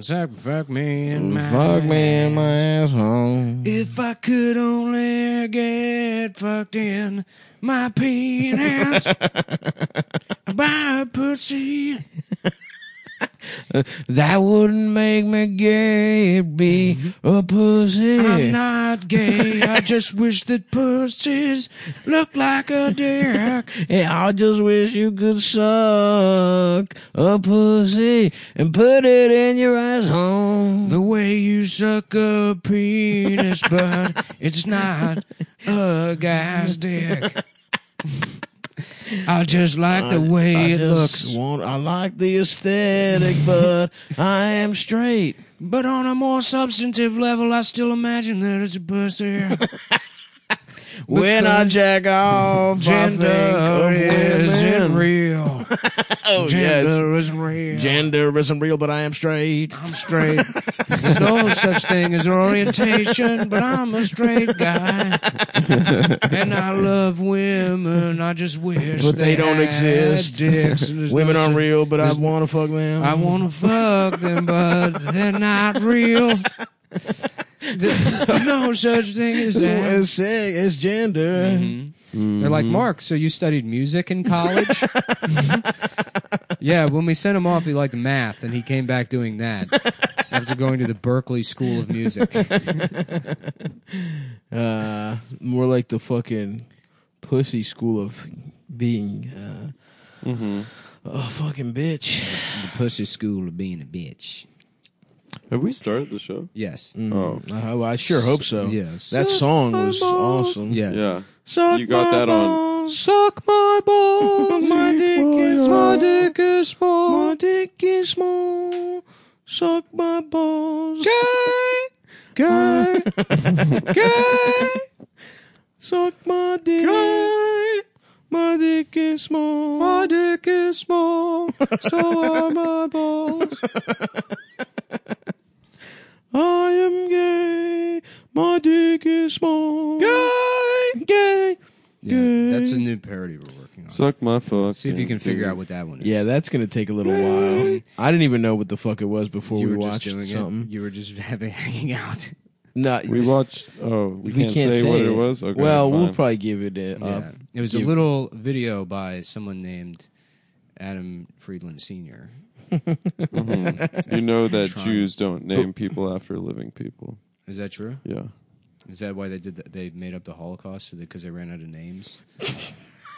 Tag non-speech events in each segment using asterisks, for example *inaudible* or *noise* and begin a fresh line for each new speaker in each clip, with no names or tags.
Zach, fuck me in my
Mm, Fuck me in my asshole.
If I could only get fucked in my
*laughs*
penis by a pussy.
That wouldn't make me gay. It'd be a pussy.
I'm not
*laughs*
gay. I just wish that pussies look like a dick.
And I just wish you could suck a pussy and put it in your asshole.
The way you suck a penis, but it's not a
*laughs*
guy's dick. I just like the way
I
it
just
looks.
Want, I like the aesthetic, but I am
*laughs*
straight.
But on a more substantive level, I still imagine that it's a pussy.
*laughs* When I jack off, I
Gender
think of
isn't
women.
real.
Oh, yes.
Gender isn't real.
Gender isn't real, but I am straight.
I'm straight. There's no such thing as orientation, but I'm a straight guy. and I love women. I just wish
But they don't
had
exist.
Dicks.
*laughs*
There's
Women
no
aren't
such-
real, but I
there's-
want to fuck them.
I want to fuck them, but they're not
*laughs*
real. There's no such thing as that.
It's sick. It's gender.
Mm-hmm. They're like, Mark, so you studied music in *laughs* college? yeah, when we sent him off, he liked math, and he came back doing *laughs* that after going to the Berkeley School of *laughs* Music.
Uh, more like the fucking pussy school of being uh, a fucking bitch.
The pussy school of being a bitch. Mm,
Have we started the show?
Yes.
Oh,
I, I sure hope so.
Yes.
That song was awesome.
Yeah.
yeah.
Suck
You got that on.
Suck my balls.
My dick
*laughs*
is
My
small.
dick is small.
My dick is small. Suck my balls.
Gay. *laughs* Gay. Gay.
Suck my dick. My dick is small.
My dick is small. So are my balls.
I am gay. My dick is small. Gay. Gay.
Yeah, that's a new parody we're working on.
Suck my fuck.
See if you can figure
Mm-hmm.
out what that one is.
Yeah, that's gonna take a little while. I didn't even know what the fuck it was before
you
we
were just
watched
doing
something.
it. You were just *laughs* having hanging out.
No,
We watched. Oh, we, can't, say, what it, was. Okay,
well, we'll
fine.
probably give it a, up.
Yeah. It was a
You-
little video by someone named Adam Friedland Senior.
You know that
Trying.
Jews don't name people after living people.
Is that true?
Yeah.
Is that why they did? that? They made up the Holocaust because they ran out of
*laughs*
names,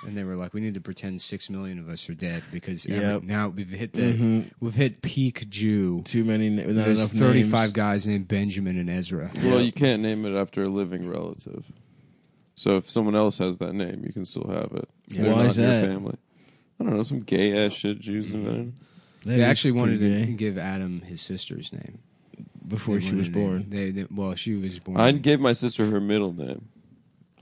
and they were like, "We need to pretend six million of us are dead because every-
Yep.
now we've hit the we've hit peak Jew.
Too many, na- not
There's
enough.
thirty-five
names.
guys named Benjamin and Ezra.
Well, you can't name it after a living relative. So if someone else has that name, you can still have it.
Yeah.
They're
Why
not
is
in
that?
Your family. I don't know. Some gay ass shit Jews invented.
That
They
is
actually wanted
pretty
to
gay.
give Adam his sister's name
before
They
she
wanted
was
a name.
born.
They, they well, she was born.
I gave my sister her middle name.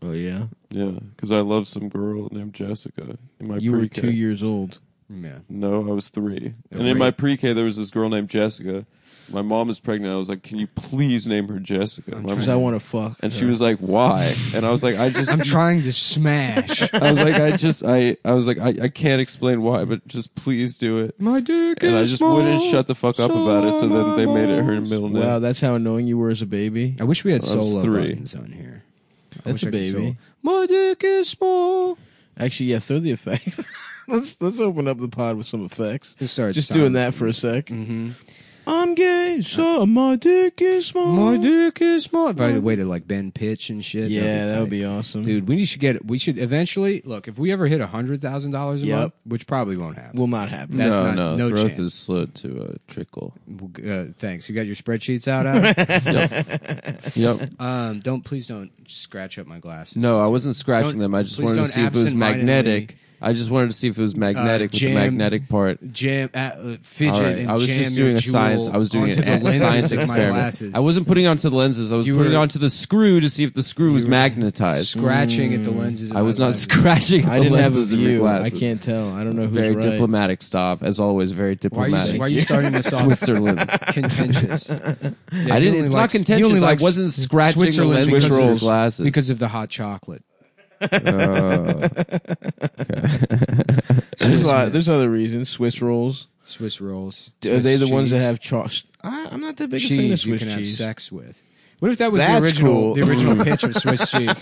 Oh yeah,
Yeah, because I love some girl named Jessica in my
you were
pre-K.
two years old.
yeah.
No, I was three.
Oh,
and in my
right.
pre-K, there was this girl named Jessica. My mom was pregnant. I was like, "Can you please name her Jessica?" My
Because
mom-
I want to fuck.
and she
her.
was like, "Why?" And I was like, *laughs* "I just."
I'm trying to
*laughs*
smash.
I was like, I just, I, I was like, I, I can't explain why, but just please do it.
My dick
And I just wouldn't shut the fuck up about it. So then they made it her middle name.
Wow, that's how annoying you were as a baby.
I wish we had
Well, that's
solo
three.
buttons on here. I
That's
wish I
a
could
baby.
solo- My dick is small.
Actually, yeah, throw the effects. *laughs* let's let's open up the pod with some effects.
Just start
Just
silent.
doing that for a sec.
Mhm.
I'm gay, so my dick is small.
My dick is small. By the way, to like bend pitch and shit.
Yeah, that would
tight.
be awesome,
Dude, we should get. We should eventually look if we ever hit a hundred thousand dollars a
Yep.
month, which probably won't happen.
Will not happen.
That's not- no chance.
is slow to uh, trickle.
uh, thanks. You got your spreadsheets out.
*laughs*
Adam?
Yep.
um, don't please don't scratch up my glasses.
*laughs* No, I wasn't scratching
Don't-
them. I just
please
wanted to
don't
see if it was
absentmindedly-
magnetic. I just wanted to see if it was magnetic with
jam-
the magnetic part.
jam uh, uh,
All
fidget
right.
and
I was
jam
just doing
your
a science.
jewel
I was doing
onto
an,
the
a
lenses
science
of my
experiment.
glasses.
I wasn't putting it onto the lenses. I was
You
putting it
were-
onto the screw to see if the screw was
were
magnetized.
scratching at the lenses. Of
Mm, I was
my
not
glasses.
*laughs* scratching.
I
the
didn't have a
lenses of your
view. I
glasses.
can't tell. I don't know who's
Very
right.
diplomatic stuff, as always. Very
Why are
diplomatic.
you, why are you starting this off *laughs*
Switzerland. *laughs*
contentious?
I didn't. It's not contentious. I wasn't scratching the
Switzerland
lenses
because
of
of,
your glasses. Oh.
because of the hot chocolate. *laughs*
There's, a lot, there's other reasons. Swiss rolls.
Swiss rolls.
Are they the
Swiss
ones that
cheese.
have chalk? I I'm not that big a fan of
cheese you
Swiss
can have
cheese.
sex with. What if that was the
That's
original
cool.
the
*laughs*
original pitch of Swiss cheese?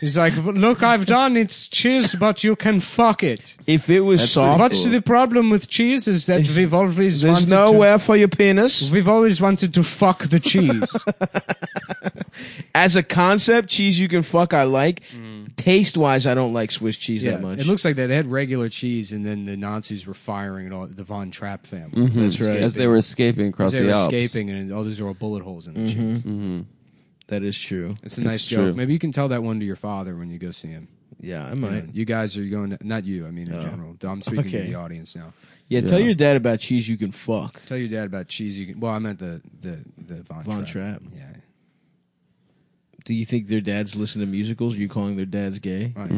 He's like, look, I've done it's cheese, but you can fuck it.
if it was soft,
What's the problem with cheese is that
There's-
we've always wanted
there's nowhere for your penis.
to, we've always wanted to fuck the
*laughs*
cheese.
As a concept, cheese you can fuck. I like.
Mm.
Taste wise, I don't like Swiss cheese
yeah,
that much.
it looks like that. They had regular cheese, and then the Nazis were firing at all the von Trapp family.
That's right.
As they were escaping across
They
the
were
Alps.
escaping, and all these are all bullet holes in the cheese.
that is Mm-hmm. true.
It's a nice
It's
joke.
true.
Maybe you can tell that one to your father when you go see him.
Yeah, I
You, know,
might.
you guys are going to, not you, I mean in general. I'm speaking
Okay.
to the audience now.
Yeah, tell your dad about cheese you can fuck.
Tell your dad about cheese. You can, well, I meant the, the, the Von,
Von Trapp.
Yeah.
Do you think their dads listen to musicals? Are you calling their dads gay?
Right.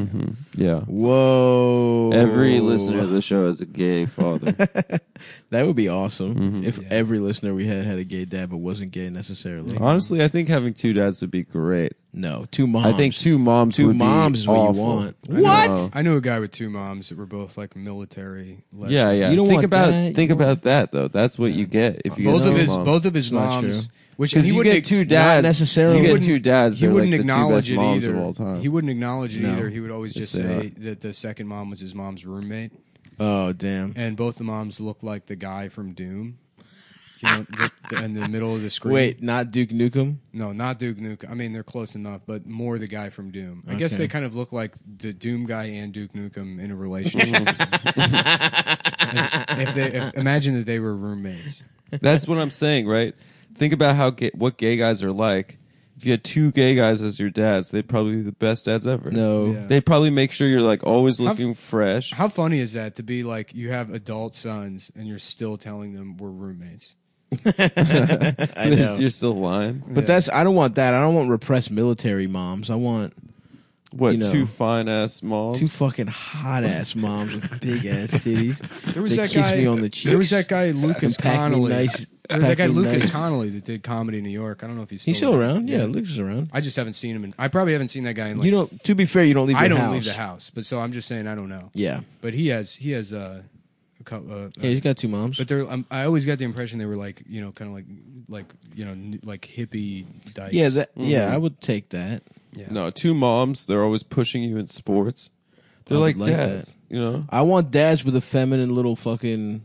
Yeah.
Whoa!
Every listener of the show is a gay father.
that would be awesome
Mm-hmm.
if every listener we had had a gay dad but wasn't gay necessarily.
Honestly, I think having two dads would be great.
No, two moms.
I think two moms
two
would be
moms is what
awful.
you want.
I know.
I knew a guy with two moms that were both like military. lesbians.
Yeah, yeah.
You don't
think
want
about
that,
think
you
about that though. That's what you get if you
Both
get
of
two
his
moms.
both of his
That's
moms,
true.
which
because
he
you
wouldn't
get two
ac-
dads
necessarily.
You get
wouldn't-
two dads.
He
they're
wouldn't
like the two
acknowledge
best
it
moms
either.
Of all time.
He wouldn't acknowledge it
No.
either. He would always just
they
say that the second mom was his mom's roommate,
Oh damn!
and both the moms looked like the guy from Doom. You know, the, the- in the middle of the screen.
Wait, not Duke Nukem.
no, not Duke Nukem. I mean, they're close enough, but more the guy from Doom. I guess
Okay.
they kind of look like the Doom guy and Duke Nukem in a *laughs* relationship. if they if, imagine that they were roommates.
That's what I'm saying, right? Think about how gay, what gay guys are like. If you had two gay guys as your dads, they'd probably be the best dads ever.
No,
Yeah.
They'd probably make sure you're like always looking fresh.
How funny is that to be like you have adult sons and you're still telling them we're roommates?
*laughs*
*laughs*
I know.
*laughs* You're still lying.
But
Yeah.
that's I don't want that. I don't want repressed military moms. I want
What
You know.
two fine ass moms?
two fucking hot ass moms with big
*laughs*
ass titties.
There was
They
that
kiss
guy.
me on the cheeks.
There was that guy Lucas
and pack me
Connolly.
nice.
there was that
pack
guy
me
Lucas
nice.
Connolly that did comedy in New York. I don't know if he's still
He's still around. Yeah, Lucas is around.
I just haven't seen him. In, I probably haven't seen that guy in like.
You don't. To be fair, you don't leave.
I
your
don't
house.
leave the house, but so I'm just saying I don't know.
Yeah.
But he has he has uh, a couple. Uh,
Yeah, he's got two moms.
but they're, um, I always got the impression they were like you know kind of like like you know n- like hippie dykes.
yeah, that,
Mm-hmm.
yeah, I would take that.
yeah.
No, two moms. They're always pushing you in sports. They're
I
like,
would like
dads. You know,
I want dads with a feminine little fucking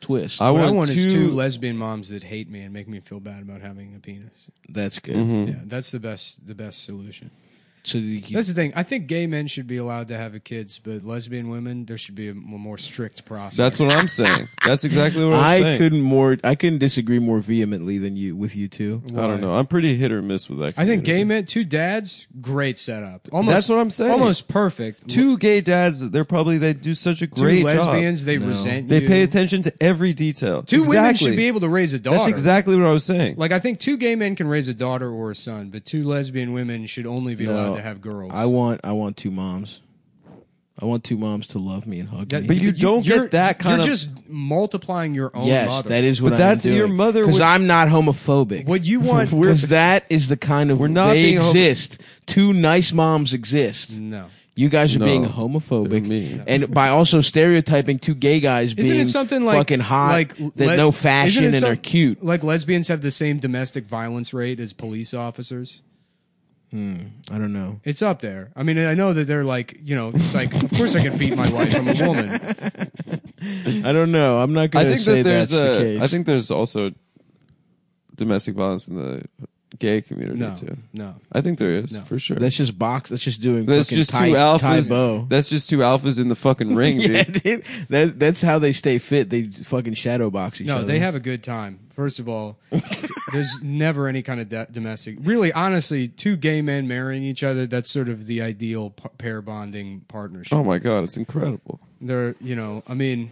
twist.
I
What
want,
I want
two,
is two lesbian moms that hate me and make me feel bad about having a penis.
That's good.
Mm-hmm.
Yeah, that's the best the best solution.
So you keep,
That's the thing. I think gay men should be allowed to have a kids, but lesbian women, there should be a m- more strict process.
That's what I'm saying. That's exactly what I'm
I
saying.
couldn't more. I couldn't disagree more vehemently than you with you two.
I don't know. I'm pretty hit or miss with that.
I think
community.
gay men, two dads, great setup. Almost,
That's what I'm saying.
Almost perfect.
two gay dads. They're probably they do such a
Two
great
lesbians,
job.
they resent
They
you.
pay attention to every detail.
Two women
Exactly.
should be able to raise a daughter.
That's exactly what I was saying.
Like I think two gay men can raise a daughter or a son, but two lesbian women should only be allowed to have girls.
Uh, I want. I want two moms. I want two moms to love me and hug
That-
me.
But you don't get
you're-
that kind
you're
of-
just multiplying your own.
yes,
mother.
that is what.
But
I'm
that's- your mother
Because
would-
I'm not homophobic.
what
*laughs*
you want.
Because that is the kind of
We're not
they
being homo-
exist. two nice moms exist.
no.
You guys are
No,
being
they're
homophobic,
mean.
and by also stereotyping two gay guys
Isn't
being
it something like
fucking hot,
like
that
le-
know
isn't
fashion
it
and
some-
are cute.
Like lesbians have the same domestic violence rate as police officers.
I don't know.
It's up there. I mean, I know that they're like, you know, it's like, of course I can beat my wife. I'm a
*laughs*
woman.
I don't know. I'm not
I
going to
think
say
that there's
that's the
a.
case.
I think there's also domestic violence in the gay community
No,
too.
no.
I think there is
No.
for sure.
that's just box. That's just doing.
That's
fucking
just
tie,
two
tie *laughs*
alphas.
bow.
That's just two alphas in the
*laughs*
fucking ring, dude.
yeah, dude. That, that's how they stay fit. They fucking shadow box each
No,
other.
they have a good time. First of all, *laughs* there's never any kind of de- domestic. Really, honestly, two gay men marrying each other, that's sort of the ideal p- pair bonding partnership.
Oh my god, it's incredible.
They're, you know, I mean,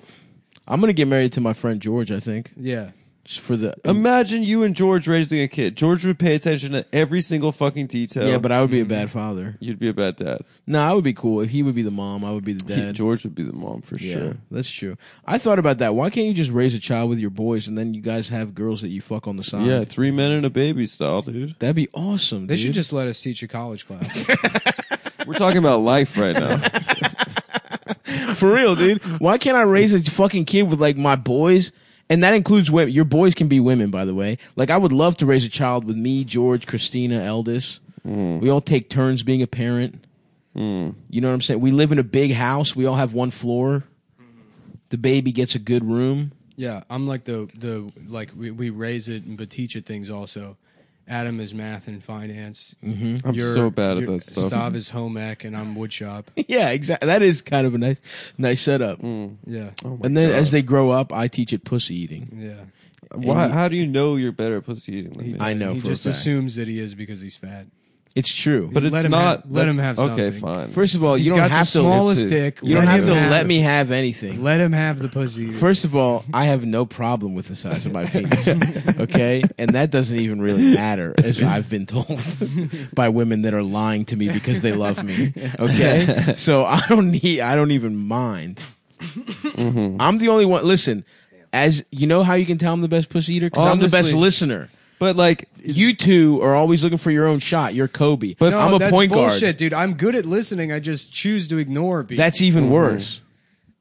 I'm going to get married to my friend George. I think
yeah.
just for the.
Imagine you and George raising a kid. George would pay attention to every single fucking detail.
yeah, but I would be a bad father.
you'd be a bad dad.
No, I would be cool. If he would be the mom, I would be the
He-
dad.
George would be the mom for
Yeah,
sure.
that's true. I thought about that. Why can't you just raise a child with your boys and then you guys have girls that you fuck on the side?
Yeah, three men and a baby style, dude.
that'd be awesome.
They should
dude.
just let us teach a college class. *laughs*
We're talking about life right now.
*laughs* for real, dude. Why can't I raise a fucking kid with like my boys and that includes women. Your boys can be women, by the way. Like I would love to raise a child with me, George, Christina, Eldis. We all take turns being a parent. You know what I'm saying? We live in a big house. We all have one floor. The baby gets a good room. *laughs*
Yeah, I'm like the the like we, we raise it but teach it things also. Adam is math and finance. Mm-hmm.
I'm so bad at that stuff.
Stav is home ec, and I'm woodshop.
yeah, exactly. That is kind of a nice, nice setup.
Yeah,
and then
um,
as they grow up, I teach it pussy eating.
yeah.
Why, how do you know you're better at pussy eating than me?
I know
he
for
just
a fact.
assumes that he is because he's fat.
it's true.
but it's
Let him
not.
have- let him
that's-
have
Okay,
something.
fine.
First of all,
He's
you don't
got
have
the
to.
smallest
it's-
dick.
*laughs* You
Let
don't have
him
to
have
let
it.
me have anything.
Let him have the pussy.
First of all, I have no problem with the size of
*laughs*
my penis. Okay, and that doesn't even really matter, as I've been told *laughs* by women that are lying to me because they love me.
*laughs*
Okay, so I don't need. I don't even mind.
Mm-hmm.
I'm the only one. Listen, as you know, how you can tell I'm the best pussy eater because I'm the best
Honestly.
listener.
but like,
You two are always looking for your own shot. You're Kobe,
no,
I'm a
that's
point
bullshit,
guard.
dude. I'm good at listening. I just choose to ignore people.
That's even worse.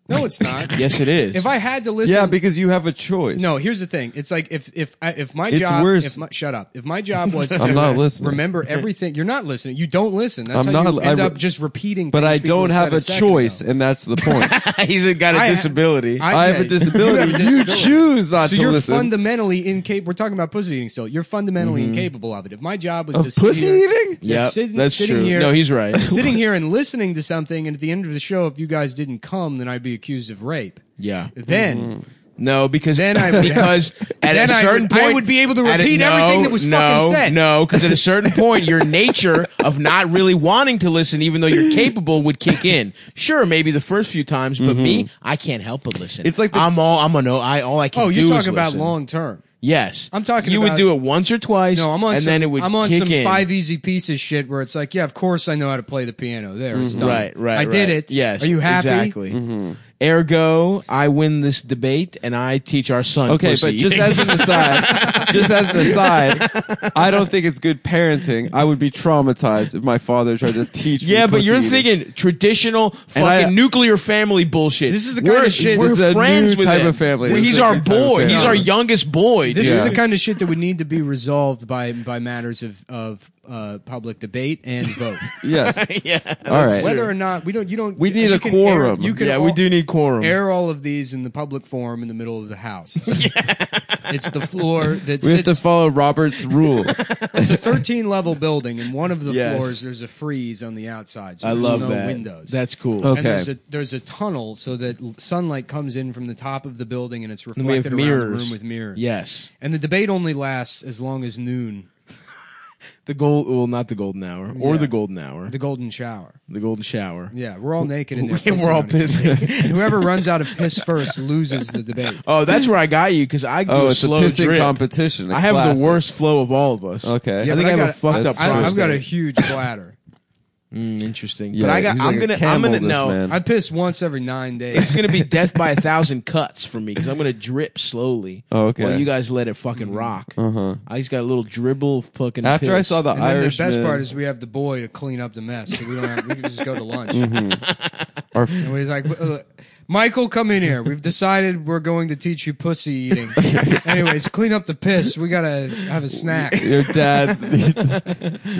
no, it's
*laughs*
not.
Yes, it is.
Mm-hmm. If I had to listen,
yeah, because you have a choice.
No, here's the thing. It's like if if I, if my
It's
job,
worse.
if my, shut up. If my job
*laughs*
was to
I'm not listening.
remember everything, you're not listening. You don't listen. That's
I'm
how
not-
you end
I re-
up just repeating.
but
things
I
people
don't have
said
a
second ago.
choice, and that's *laughs* the
*laughs*
point.
he's got a
I-
disability.
I
yeah,
have a
you-
disability.
you have a
You
disability.
choose not
So
to
you're
listen. Mm-hmm.
fundamentally incapable. We're talking about pussy eating still. You're fundamentally incapable of it. If my job was
Of
to sit
pussy
here-
eating?
Yeah,
Yep,
sitting-
that's
sitting
true.
Here,
No,
*laughs*
he's right.
sitting here and listening to something, and at the end of the show, if you guys didn't come, then I'd be accused of rape.
yeah. Mm-hmm.
Then.
No, because *laughs*
Then I would- *laughs*
because at
Then
a
I
certain
would- I
point
would be able to
at a-
repeat everything that was
no,
fucking said.
No, because at a certain point, your nature of not really wanting to listen, even though you're capable, would kick in. Sure, maybe the first few times, but me,
Mm-hmm.
I can't help but listen.
It's like the-
I'm all I'm a no. I all I can
Oh,
do
you're
is
talking about
listen.
long term.
Yes,
I'm talking
You would
about-
do it once or twice.
No, I'm on
and
some,
then it would.
I'm on
kick
some
in.
five easy pieces shit where it's like, yeah, of course I know how to play the piano. There, it's done.
Mm-hmm. Right, right.
I
right.
did it.
Yes.
Are you happy?
Exactly.
Mm-hmm.
Ergo, I win this debate, and I teach our son.
Okay,
pussy
but
*laughs*
just
eating.
as an aside, just as an aside, I don't think it's good parenting. I would be traumatized if my father tried to teach me.
Yeah, but
pussy
you're
eating.
thinking traditional fucking
And I-
nuclear family bullshit.
This is the kind
We're-
of shit-
We're
this is a
friends
new
with
type
him.
of family.
Well,
This
He's
is a
our
new type of
boy. He's
family.
our youngest boy.
This
dude.
is the kind of shit that would need to be resolved by by matters of of uh, public debate and vote.
yes. yeah. All right.
Whether or not we don't, you don't.
We need
you
a
can
quorum.
Air, you can
yeah,
all,
we do need quorum.
air all of these in the public forum in the middle of the
*laughs*
house. It's the floor that
we have to
sits.
follow Robert's rules.
it's a 13 level building, and one of the
Yes.
floors there's a freeze on the outside. So
I
there's
love
no
that.
Windows.
That's cool.
Okay.
And there's a there's a tunnel so that l- sunlight comes in from the top of the building and it's
And we have
reflected around the
mirrors.
room with mirrors.
Yes.
And the debate only lasts as long as noon,
The gold. Well, not the golden hour or
Yeah.
the golden hour.
the golden shower.
The golden shower.
Yeah, we're all naked in there.
And *laughs* we're all
on each other.
pissing.
And whoever runs out of piss first loses the debate.
Oh, that's where I got you because I do
Oh,
a
it's a
slow
pissing
drip.
competition. a
I have
classic.
the worst flow of all of us.
Okay.
I
Yeah, but
think I,
I
have a
got-
fucked up.
That's
I, I've got a
prostate.
huge bladder.
Mm, interesting.
Yeah,
but I got.
he's
I'm
like a
gonna. I'm
camel,
gonna
this
know.
man.
I piss once every nine days.
It's gonna
*laughs*
be death by a thousand cuts for me because I'm gonna drip slowly.
Oh, okay.
While you guys let it fucking rock.
Uh-huh.
I just got a little dribble of fucking.
After I
piss.
saw the
And then
Irish,
the best part is we have the boy to clean up the mess, so we don't have, we can just go to lunch.
Mm-hmm. Our-
And he's like, uh, Michael, come in here. We've decided we're going to teach you pussy
*laughs*
eating. Anyways, clean up the piss. We gotta have a snack.
your dad's.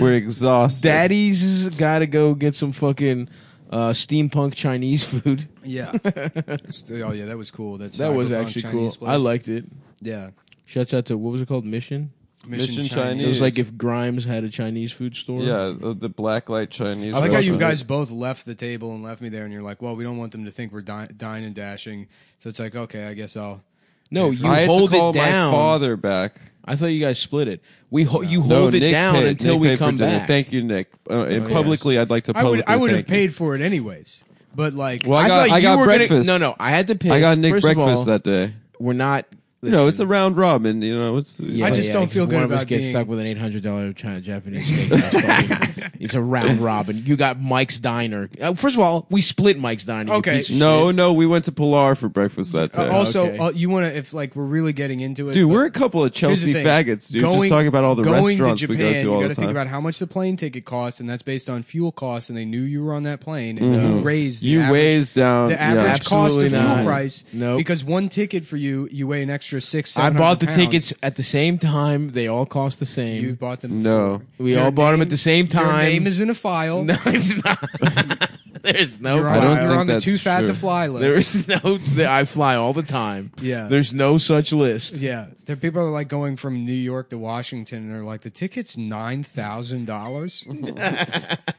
*laughs*
we're exhausted.
Daddy's gotta go get some fucking uh, steampunk Chinese food. *laughs*
*laughs*
Yeah. oh yeah, that was cool. That's
That was actually cool. I liked it.
Yeah.
Shouts out to what was it called? Mission.
Mission
It was
Chinese.
like if Grimes had a Chinese food store.
Yeah, the, the black light Chinese.
I like how you
restaurant.
guys both left the table and left me there, and you're like, "Well, we don't want them to think we're di- dine and dashing." So it's like, okay, I guess I'll.
No, you
I had
hold
to call
it down.
my father back.
I thought you guys split it. We ho- you
No,
hold it
Nick
down
paid-
until
Nick
we
paid for
come
dinner.
back. Oh,
Thank you, Nick. Uh, and
yes.
publicly, I'd like to
I would.
publicly.
I would have
thank you.
paid for it anyways, but like,
Well, I, got,
thought
I
you
got
were gonna-
breakfast.
no, no, I had to pick.
I got Nick
First of
breakfast
all,
that day.
We're not.
You know, it's a round robin. You know, it's.
Yeah,
I just
yeah,
don't feel
one
good
of us
about
gets
being-
stuck with an eight hundred dollar China Japanese.
*laughs*
steakhouse. it's a round robin. You got Mike's Diner. Uh, first of all, we split Mike's Diner. you
Okay.
piece of
No,
shit.
no, we went to Pilar for breakfast that
uh,
day.
also,
okay.
uh, you want to if like we're really getting into it,
dude,
but-
we're a couple of
Here's the
Chelsea
thing.
faggots, dude.
Going-
just talking about all the
going
restaurants
to Japan,
we go to all
You
the
got to
time.
think about how much the plane ticket costs, and that's based on fuel costs. And they knew you were on that plane, and you raised the
Mm-hmm. you um,
average,
weighs down
the average
yeah,
cost of
absolutely
fuel
not.
price
Nope.
because one ticket for you, you weigh an extra extra six.
I bought
700
the
pounds.
tickets at the same time. They all cost the same.
You bought them.
No.
for-
we
Your
all bought them at
name-
the same time.
Your name is in a file.
*laughs* no, it's not.
*laughs*
There's no.
You're on,
I don't
you're
think
on the
that's
too fat to
true.
fly list.
*laughs* There is no. I fly all the time.
Yeah.
There's no such list.
yeah, there people are like going from New York to Washington, and they're like, the ticket's nine thousand
*laughs*
dollars.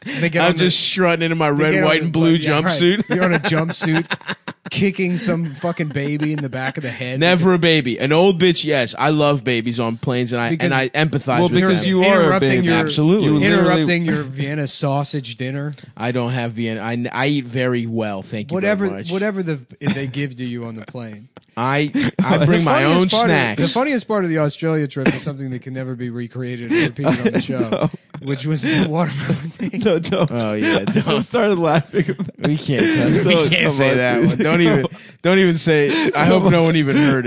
They get
I'm
on the-
just strutting into my
they
red,
get on
white,
the
and blue
plane- yeah, right.
jumpsuit. *laughs*
You're on a jumpsuit, kicking some fucking baby in the back of the head.
Never a baby. An old bitch, yes. I love babies on planes, and I
Because-
and I empathize
Well,
with
because
them.
you are a
Interrupting
baby.
your-
Absolutely.
You literally-
interrupting your Vienna sausage dinner.
I don't have Vienna. I, I eat very well. Thank you.
whatever
very much.
whatever the if they give to you on the plane. *laughs*
I I *laughs* bring
The
my
funniest
own
part of-
snacks.
the funniest part of the Australia trip is something that can never be recreated or repeated on
*laughs*
the show, which was the watermelon thing.
No, Uh, don't.
*laughs*
oh yeah,
I
don't-
just started laughing. About it.
we can't cuss.
No,
we
come
can't say
on,
that
dude.
one.
*laughs*
Don't even don't even say. It. I hope no one even heard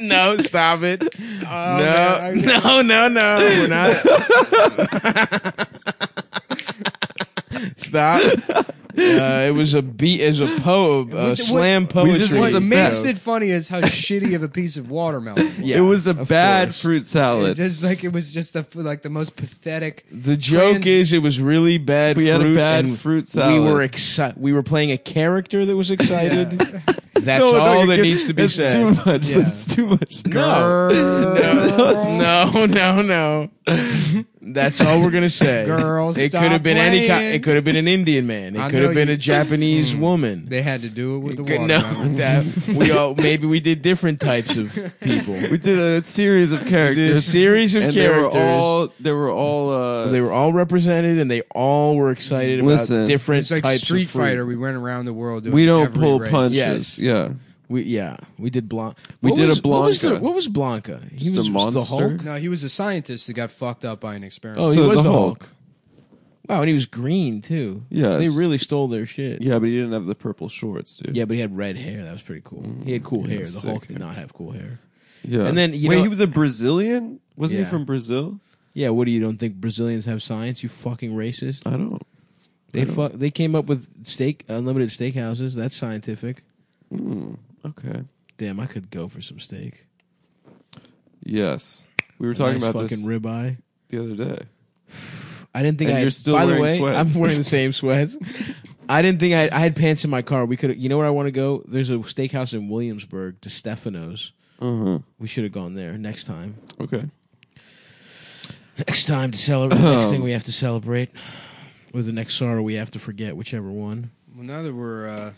*laughs*
*laughs* no, stop it. no,
Oh,
*laughs*
man,
Oh, no, no, no. We're not. stop. Uh, it was a beat. Is a poem. A
What-
slam
we
poetry.
just
What
was a
makes
mess.
No.
it funny is how shitty of a piece of watermelon. It was.
*laughs* Yeah,
it was a
of
bad
course.
fruit
It
salad.
just like it was just a, like the most pathetic.
The joke
Trans-
is it was really bad.
We had a
fruit
bad
and
fruit
We
salad.
were excited. We were playing a character that was excited.
*laughs*
That's
No, no,
all
you
that
can't-
needs to be
that's
said.
Too much.
Yeah.
That's too much.
No. no, no, no, no. That's all we're gonna say.
Girl,
it
stop
could have been any. ki-
playing.
It could have been an Indian man.
I
It could
know
have been
you-
a Japanese
Hmm.
woman.
*laughs* They had to do it with the
Good- No, *laughs*
watermelon.
that we all maybe we did different types of people.
We did a series of
Did a
characters,
series of
and they were
characters.
all they were all uh,
they were all represented, and they all were excited
Listen,
about different
It's like
types
Street
of fruit.
Fighter. We went around the world. Doing
we don't
every
pull
race.
punches.
Yes.
Yeah,
We yeah, we did Blanca.
We did a
What was, the,
Blanca.
what was Blanca? He
Just a
was, was
monster?
the Hulk.
No, he was a scientist that got fucked up by an experiment.
Oh, he
So
was
the
the, Hulk.
Hulk.
Wow, and he was green too.
Yeah,
they
it's-
really stole their shit.
yeah, but he didn't have the purple shorts, dude.
Yeah, but he had red hair. That was pretty cool. He had cool hair. The
sick
Hulk
hair.
did not have cool hair.
yeah.
And then, you
wait,
know-
he was a Brazilian. Wasn't
Yeah.
he from Brazil?
Yeah, what do you don't think Brazilians have science? You fucking racist.
I don't.
they fuck. They came up with steak unlimited steakhouses. That's scientific.
mm, Okay.
Damn, I could go for some steak.
Yes, we were talking
Nice
about this
fucking ribeye.
the other day.
I didn't think
And
I.
you're still
by the
wearing
way,
sweats.
I'm wearing the same
*laughs*
sweats. I didn't think I, I had pants in my car. We could. You know where I want to go? There's a steakhouse in Williamsburg, De Stefano's.
Uh
We should have gone there next time.
huh. Okay.
Next time to celebrate. next thing we have to celebrate, or the next sorrow we have to forget, whichever one.
Well, now that we're uh,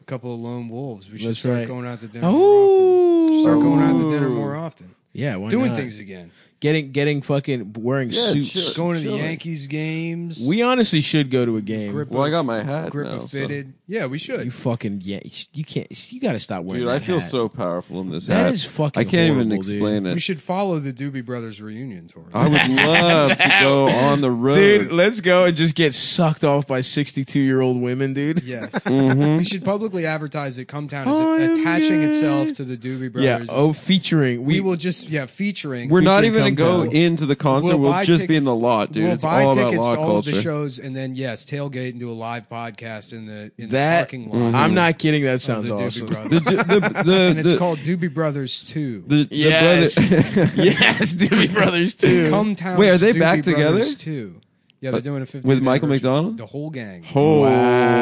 a couple of lone wolves, we should
That's
start
right.
going out to dinner more often.
Oh,
Start going out to dinner more often.
Yeah, why
Doing
not?
things again.
Getting getting fucking wearing
Yeah,
suits.
sure.
Going to the
Chilling.
Yankees games.
We honestly should go to a game.
Grip-
Well, I got my hat
grip
now.
of
so-
fitted. Yeah, we
You
should.
fucking yeah. You can't. You got to stop wearing.
Dude,
that
I feel
hat.
so powerful in this
That
hat.
is fucking
I can't even
horrible, dude.
explain
We
it.
should follow the Doobie Brothers reunion tour. *laughs*
I would love to go on the road.
Dude, let's go and just get sucked off by 62 year old women, dude.
*laughs*
yes.
Mm-hmm.
We should publicly advertise that Come Town is
I am
attaching
gay.
itself to the Doobie
Yeah.
Brothers.
Oh, featuring.
we,
We,
will just, yeah, featuring.
We're not
Featuring
even gonna go
Come Town.
into the concert. We'll,
buy
just be
tickets-
in the lot, dude.
We'll
it's
buy
all about
tickets
lot
to all
culture.
of the shows, and then yes, tailgate and do a live podcast in the in the
that.
parking lot.
mm-hmm.
I'm not kidding. That
of
sounds
the Doobie
awesome.
Brothers.
The, *laughs* the,
*laughs*
the,
and it's
the-
called Doobie Brothers Two.
the, the
*laughs* Yes.
brother-
*laughs* yes, Doobie Brothers, too.
Come Town.
Wait, are they
Doobie
back
Brothers
together? Uh,
Two. Yeah, they're doing a 50th
With Michael
anniversary.
McDonald?
The whole gang.
*laughs* oh,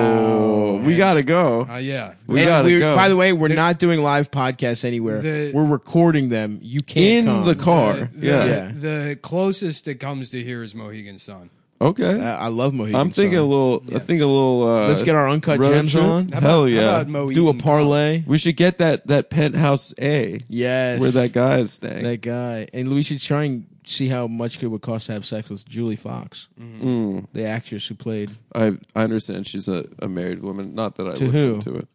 Wow.
we gotta go.
Uh, yeah.
We
And
gotta
we're-
go.
By the way, we're not doing live podcasts anywhere.
The-
we're recording them. You
in
can't come.
the car.
The, the-
yeah.
Yeah.
The closest it comes to here is Mohegan Sun.
Okay.
Uh, I love Mohegan.
I'm thinking a
Sun.
little. I think a little. Uh,
Let's get our uncut
road
gems
trip.
on.
How
Hell
about-
yeah.
How about Mo
Do a
Eaton?
parlay.
we should get that that penthouse A
Yes,
where that guy is staying.
That guy, and we should try and see how much it would cost to have sex with Julie Fox,
Mm.
the actress who played.
I I understand she's a, a married woman. Not that I
To
looked
who?
into it.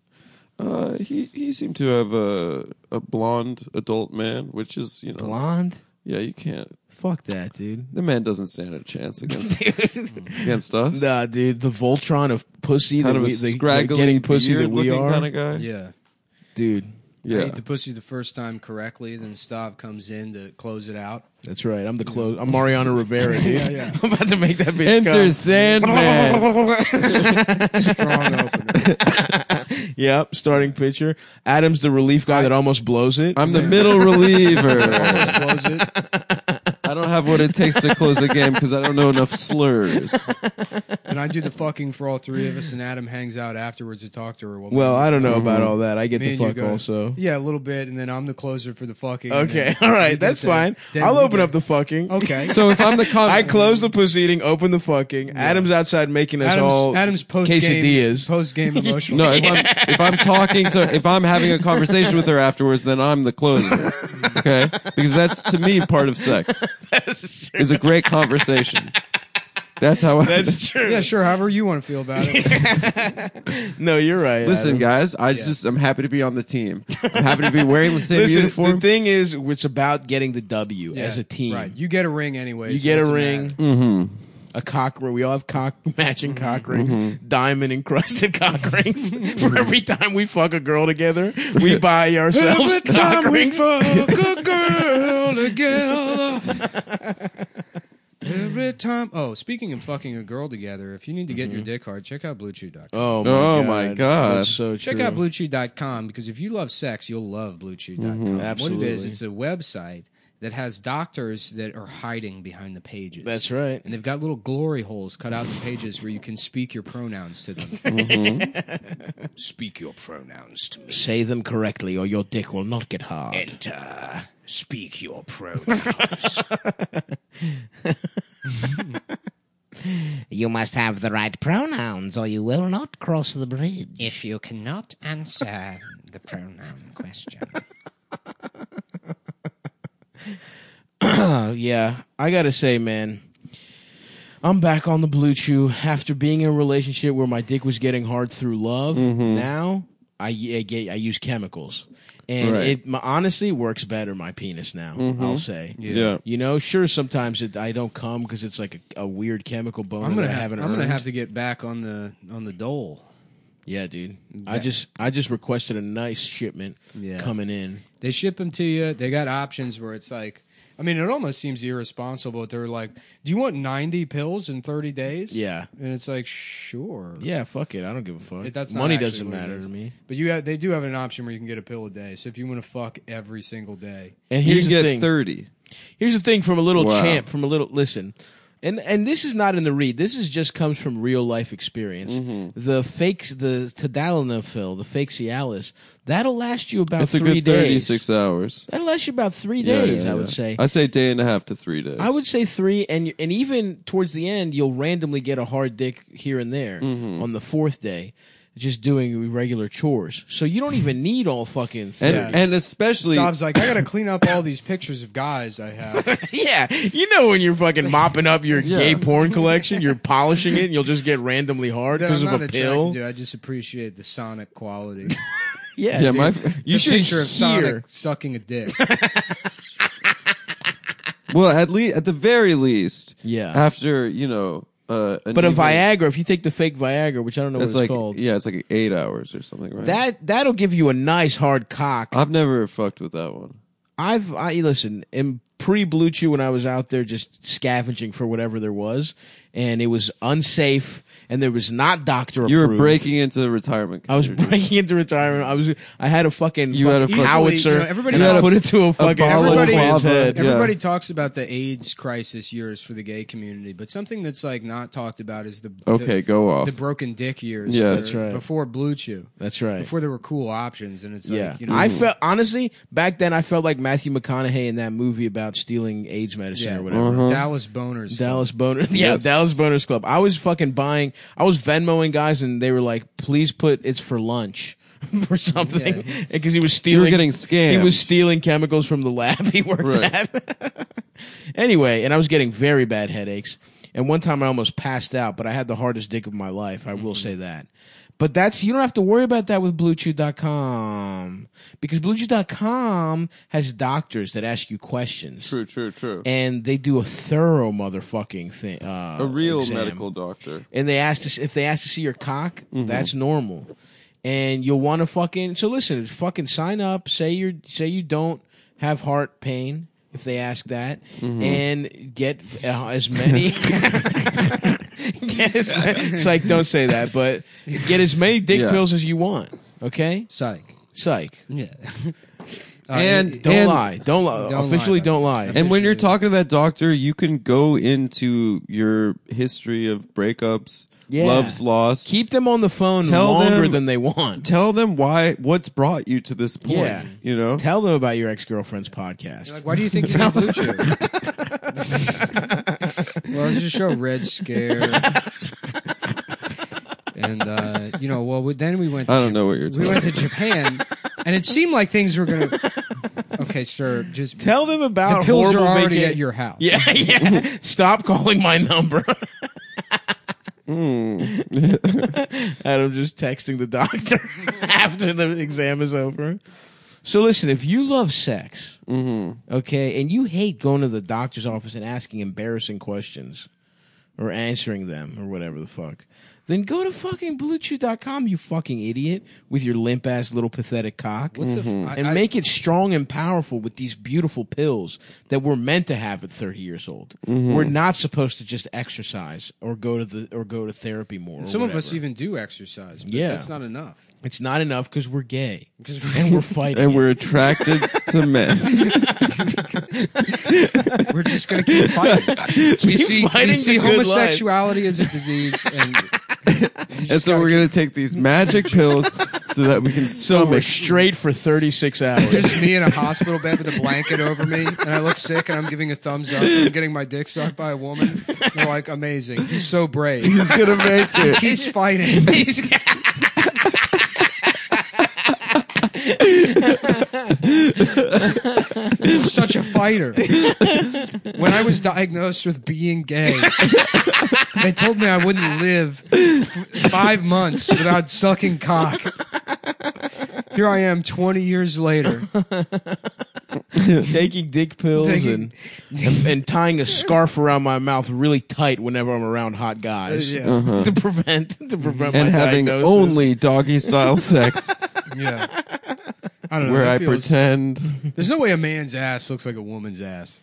Uh, he he seemed to have a a blonde adult man, which is you know
Blonde.
yeah you can't.
Fuck that, dude.
The man doesn't stand a
*laughs*
chance against against us.
Nah, dude, the Voltron of pussy that
kind of
we
a
the,
scraggly,
getting pussy that we
looking
are,
kind of guy.
Yeah.
dude.
I
yeah.
eat the pussy the first time correctly, then Stav comes in to close it
*laughs*
out.
That's right. I'm the close. I'm Mariano Rivera, dude.
Yeah, yeah.
*laughs* I'm about to make that bitch *laughs*
Enter
come.
Sandman.
Strong opener.
*laughs* Yep, starting pitcher. Adam's the relief guy that almost blows it.
I'm the middle reliever.
Blows it.
I don't have what it takes to close the game because I don't know enough slurs.
And I do the fucking for all three of us, and Adam hangs out afterwards to talk to her.
well, I don't know about all that. I get
Me
the
and you
fuck
go-
also.
yeah, a little bit, and then I'm the closer for the fucking. and
Okay, *laughs*
then you
all right,
do
that's
that.
fine.
Then
I'll
we
open
get-
up the fucking.
Okay, so
So
*laughs*
if I'm the con-
I close the proceeding, open the fucking. Adam's outside making us all
Adam's, Adam's post game
quesadillas.
post game emotional.
no, if I'm, if I'm talking to, if I'm having a conversation with her afterwards, then I'm the closer. Okay, because that's to me part of sex is a great conversation. That's how
*laughs*
I.
That's true.
yeah, sure. However you want to feel about
*laughs*
it.
No, you're right.
*laughs* Listen,
Adam.
guys, I just I'm happy to be on the team. I'm happy to be wearing the same
Listen,
uniform.
the thing is, it's about getting the W as
Yeah,
a team.
right? You get a ring anyway.
You
so
get
it's
a ring,
matter.
Mm-hmm.
a cock ring. We all have cock *laughs* matching
Mm-hmm.
cock rings,
Mm-hmm.
diamond encrusted *laughs* cock
*laughs*
rings. For every time we fuck a girl together, we buy ourselves cock rings.
Good girl together. Every time. Oh, speaking of fucking a girl together, if you need to get your dick hard, check out BlueChew.com.
Mm-hmm. Oh my,
Oh, my God.
That's so true.
Check
Mm-hmm,
out BlueChew.com because if you love sex, you'll love BlueChew.com. What
Absolutely.
it is, it's a website that has doctors that are hiding behind the pages.
That's right.
And they've got little glory holes cut out in the pages where you can speak your pronouns to them.
Mm-hmm.
Speak your pronouns to me.
Say them correctly, or your dick will not get hard.
Enter. Speak your pronouns.
You must have the right pronouns, or you will not cross the bridge.
If you cannot answer the pronoun
*laughs*
question,
Uh, yeah, I gotta say, man, I'm back on the blue chew after being in a relationship where my dick was getting hard through love.
Mm-hmm.
Now I, I get I use chemicals, and
Right.
it my, honestly works better my penis now.
Mm-hmm.
I'll say,
Yeah.
you know, sure sometimes it, I don't come because it's like a, a weird chemical bone
I'm gonna
that I
have,
haven't.
I'm gonna
earned.
have to get back on the on the dole.
Yeah, dude, I just I just requested a nice shipment
Yeah.
coming in.
They ship them to you. They got options where it's like, I mean, it almost seems irresponsible. They're like, "Do you want ninety pills in thirty days?"
Yeah.
and it's like, sure.
Yeah, fuck it, I don't give a fuck.
It- That's not
money
actually
doesn't
what it
matter
is.
to me.
But you have, they do have an option where you can get a pill a day. So if you want to fuck every single day,
And
you
here's
can
the
get
thing.
thirty.
Here's the thing from a little
Wow.
champ, from a little listen. And and this is not in the read. This is just comes from real life experience.
Mm-hmm.
The fakes the tadalafil, the fake Cialis, that'll last you about
That's a
three
good
days.
thirty-six hours.
That'll last you about three
Yeah,
days,
yeah,
I would
yeah.
say.
I'd say day and a half to three days.
I would say three, and and even towards the end, you'll randomly get a hard dick here and there
Mm-hmm.
on the fourth day, just doing regular chores. So you don't even need all fucking.
and
30.
and especially
Stav's like, I got to clean up all these pictures of guys I
*laughs*
have.
*laughs* Yeah, you know when you're
*laughs*
fucking mopping up your gay porn collection, you're polishing it, and you'll just get randomly hard
That I'm
because
not
of a
attracted
pill.
to. I just appreciate the sonic quality.
Yeah,
yeah, my
you
It's a
should
picture
hear.
of Sonic sucking a *laughs* dick.
*laughs* well at least at the very least
Yeah.
after you know uh, an
But a
evening-
Viagra, if you take the fake Viagra, which I don't know what
it's
it's
like
called,
e-
yeah it's like eight hours or something right
that that'll give you a nice hard cock.
I've never fucked with that one
I've I listen in pre Blue Chew when I was out there just scavenging for whatever there was, and it was unsafe, and there was not doctor.
you were
approved.
breaking into the retirement
I was *laughs*
community.
breaking into retirement. I was. I had a fucking.
You had a
fucking
fucking-
howitzer.
Easily, you know, everybody
and I
knows-
put it to a fucking.
bottle of
everybody, man's
lava.
head.
Yeah.
Everybody talks about the AIDS crisis years for the gay community, but something that's like not talked about is the the,
Okay, go off.
the broken dick years.
Yeah,
that
that's
are
right.
Before Blue Chew,
That's right.
before there were cool options, and it's
yeah,
like you know,
I felt honestly back then. I felt like Matthew McConaughey in that movie about stealing AIDS medicine
yeah,
or
Uh-huh.
whatever.
Dallas boners.
Dallas Boner, *laughs* yeah, Dallas Boners Club. I was fucking buying. I was Venmoing guys, and they were like, "Please put it's for lunch." *laughs* or something *laughs* because he was stealing
getting scammed.
he was stealing chemicals from the lab he worked
Right.
at *laughs* anyway and i was getting very bad headaches and one time i almost passed out but i had the hardest dick of my life i
Mm-hmm.
will say that but that's you don't have to worry about that with bluechew.com because bluechew.com has doctors that ask you questions
true true true
and they do a thorough motherfucking thing. Uh,
a real
exam.
medical Mm-hmm. doctor
And they ask to, if they ask to see your cock, that's normal. And you'll want to fucking so listen, fucking sign up. Say you're say you don't have heart pain if they ask that,
Mm-hmm.
and get uh, as
*laughs*
many. Get as many- it's like don't say that, but get as many dick
Yeah.
pills as you want. Okay,
Psych. Uh,
psych.
*laughs* Yeah.
And-
Don't lie. Don't lie.
Don't lie
Officially,
about
don't lie.
And when you're talking to that doctor, you can go into your history of breakups,
Yeah.
loves lost.
keep them on the phone
Tell
longer
them-
than they want.
tell them why what's brought you to this point.
Yeah.
You know?
Tell them about your ex girlfriend's podcast.
Like, why do you think you're a blue
*laughs*
chew? well, it's just show Red Scare. And, uh, you know, well, we- then we went to
I don't know what you're
we
talking
went to Japan, and it seemed like things were
*laughs*
going to. Okay, sir, just
Tell them about
the pills are
horrible
already
vaca-
at your house.
*laughs* Yeah,
*laughs*
yeah. Stop calling my number. *laughs*
Hmm.
Adam just texting the doctor *laughs* after the exam is over. So listen, if you love sex,
Mm-hmm.
okay, and you hate going to the doctor's office and asking embarrassing questions or answering them or whatever the fuck, then go to fucking bluechew.com, you fucking idiot, with your limp ass little pathetic cock
What the f- I-
Mm-hmm. and
I-
make it strong and powerful with these beautiful pills that we're meant to have at 30 years old. We're not supposed to just exercise or go to the or go to therapy more. or
Some of us
whatever.
even do exercise, but
Yeah.
that's not enough.
it's not enough because we're gay *laughs* and we're fighting.
and we're attracted
*laughs*
to men.
We're just going to
*laughs*
keep fighting. we see,
fighting
we see
the good life.
homosexuality as a disease, and
and so we're gonna take these magic pills so that we can
so
stomach
we're straight for 36 hours.
just me in a hospital bed with a blanket over me, and I look sick, and I'm giving a thumbs up. I'm getting my dick sucked by a woman. They're like, amazing. He's so brave. He
He's gonna make it.
keeps fighting. He's such a fighter. When I was diagnosed with being gay, they told me I wouldn't live f- five months without sucking cock. Here I am, 20 years later.
*laughs* taking dick pills
Taking-
and, and and tying a scarf around my mouth really tight whenever I'm around hot guys
yeah.
to prevent to prevent
And
my
having
diagnosis.
only doggy style sex
Yeah. I don't know.
where
it
I
feels-
*laughs*
pretend
There's no way a man's ass looks like a woman's ass.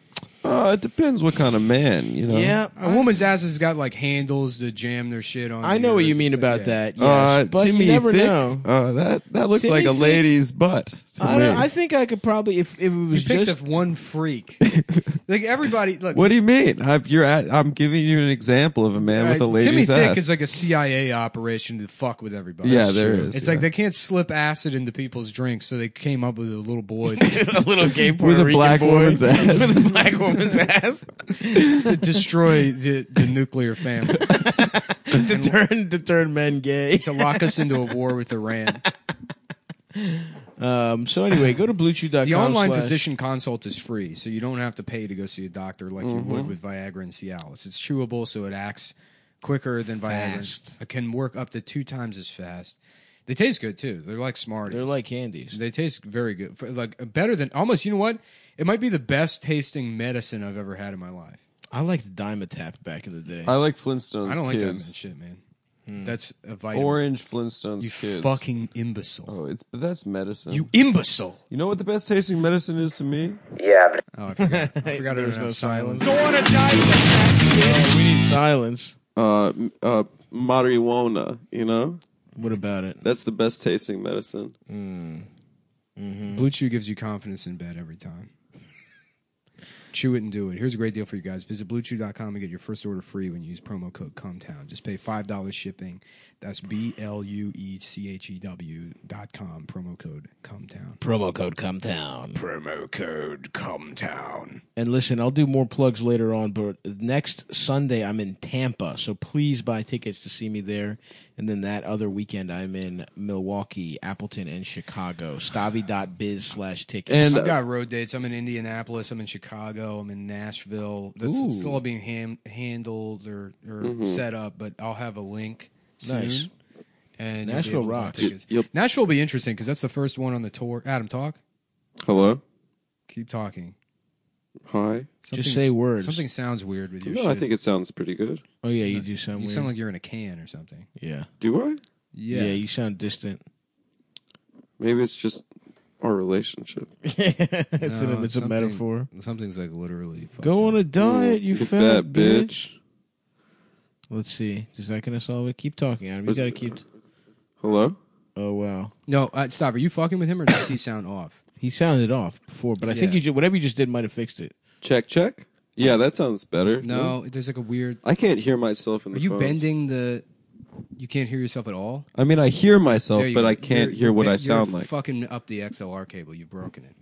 uh, it depends what kind of man, you know.
yeah.
A woman's ass has got like handles to jam their shit on.
I know what you mean about that. Yes,
Uh,
but
Timmy
you never
Thick,
know.
Uh, that that looks
Timmy
like a
Thick.
lady's butt. to
I, don't,
me.
I think I could probably if, if it
You
was
picked
just
up one
*laughs*
freak. like everybody, look.
what do you mean? I'm, you're at, I'm giving you an example of a man with a
uh, Timmy
lady's ass.
Thick is like a CIA operation to fuck with everybody.
yeah, there is.
It's
yeah.
like they can't slip acid into people's drinks, so they came up with a little boy to
a little gay
with
Puerto
a
Rican
black
boy. *laughs*
woman's ass.
with a black woman's ass
destroy the, the nuclear family, *laughs*
to turn to turn men gay.
to lock us into a war with Iran.
Um, so anyway, go to bluechew.com.
The online
slash-
physician consult is free, so you don't have to pay to go see a doctor like you would with Viagra and Cialis. It's chewable, so it acts quicker than Viagra. It can work up to two times as fast. They taste good too. They're like Smarties.
They're like candies.
they taste very good, For- like better than almost. You know what? It might be the best tasting medicine I've ever had in my life.
I liked Dimetap back in the day.
I like Flintstones.
I don't like that man
kids.
shit, man. That's a vitamin.
Orange Flintstones
you
kids.
fucking imbecile.
Oh, it's but that's medicine.
You imbecile.
You know what the best tasting medicine is to me?
Oh, I *laughs* forgot. I forgot
There
it
was
was
no
no
silence.
silence.
Oh, we need silence.
Uh, m- uh, marijuana. You know,
What about it?
that's the best tasting medicine.
Blue Chew gives you confidence in bed every time. Chew it and do it. Here's a great deal for you guys. Visit bluechew.com and get your first order free when you use promo code COMETOWN. Just pay $5 shipping. That's B L U E C H E W dot com, promo code COMETOWN.
Promo code come down.
Promo code COMETOWN.
And listen, I'll do more plugs later on, but next Sunday I'm in Tampa, so please buy tickets to see me there. And then that other weekend I'm in Milwaukee, Appleton, and Chicago. Stavi.biz slash tickets.
And
I've got road dates. I'm in Indianapolis. I'm in Chicago. I'm in Nashville. That's
Ooh. Mm-hmm.
still all being ham- handled or, or set up, but I'll have a link soon.
Nice.
And you'll
Nashville
be able to buy
rocks.
tickets.
Yep.
Nashville will be interesting because that's the first one on the tour. Adam, talk.
hello,
Keep talking.
hi.
Something's-
say words.
Something sounds weird with your
No,
shit.
I think it sounds pretty good.
oh yeah, you do sound
you
weird.
sound like you're in a can or something.
yeah.
Do I?
yeah,
Yeah.
you
*laughs*
sound distant.
Maybe it's just our relationship.
it's
No,
a, it's a
something-
metaphor.
Something's like literally. fucked
Go
up.
on a diet, you
Get
fat
that
bitch. Let's see. Is that gonna solve it? Keep talking, Adam. You
What's-
gotta keep.
Hello.
Oh wow.
No, uh, stop. Are you fucking with him or does
*coughs*
he sound off?
He sounded off before, but I think
Yeah.
you ju- whatever you just did might have fixed it.
Check, check. Yeah, that sounds better.
No, there's like a weird.
I can't hear myself in
Are
the
you
phones.
bending the? You can't hear yourself at all.
I mean, I hear myself,
There you
but
go.
I can't
You're-
hear what
you're-
I sound
you're
like.
Fucking up the XLR cable. You've broken it.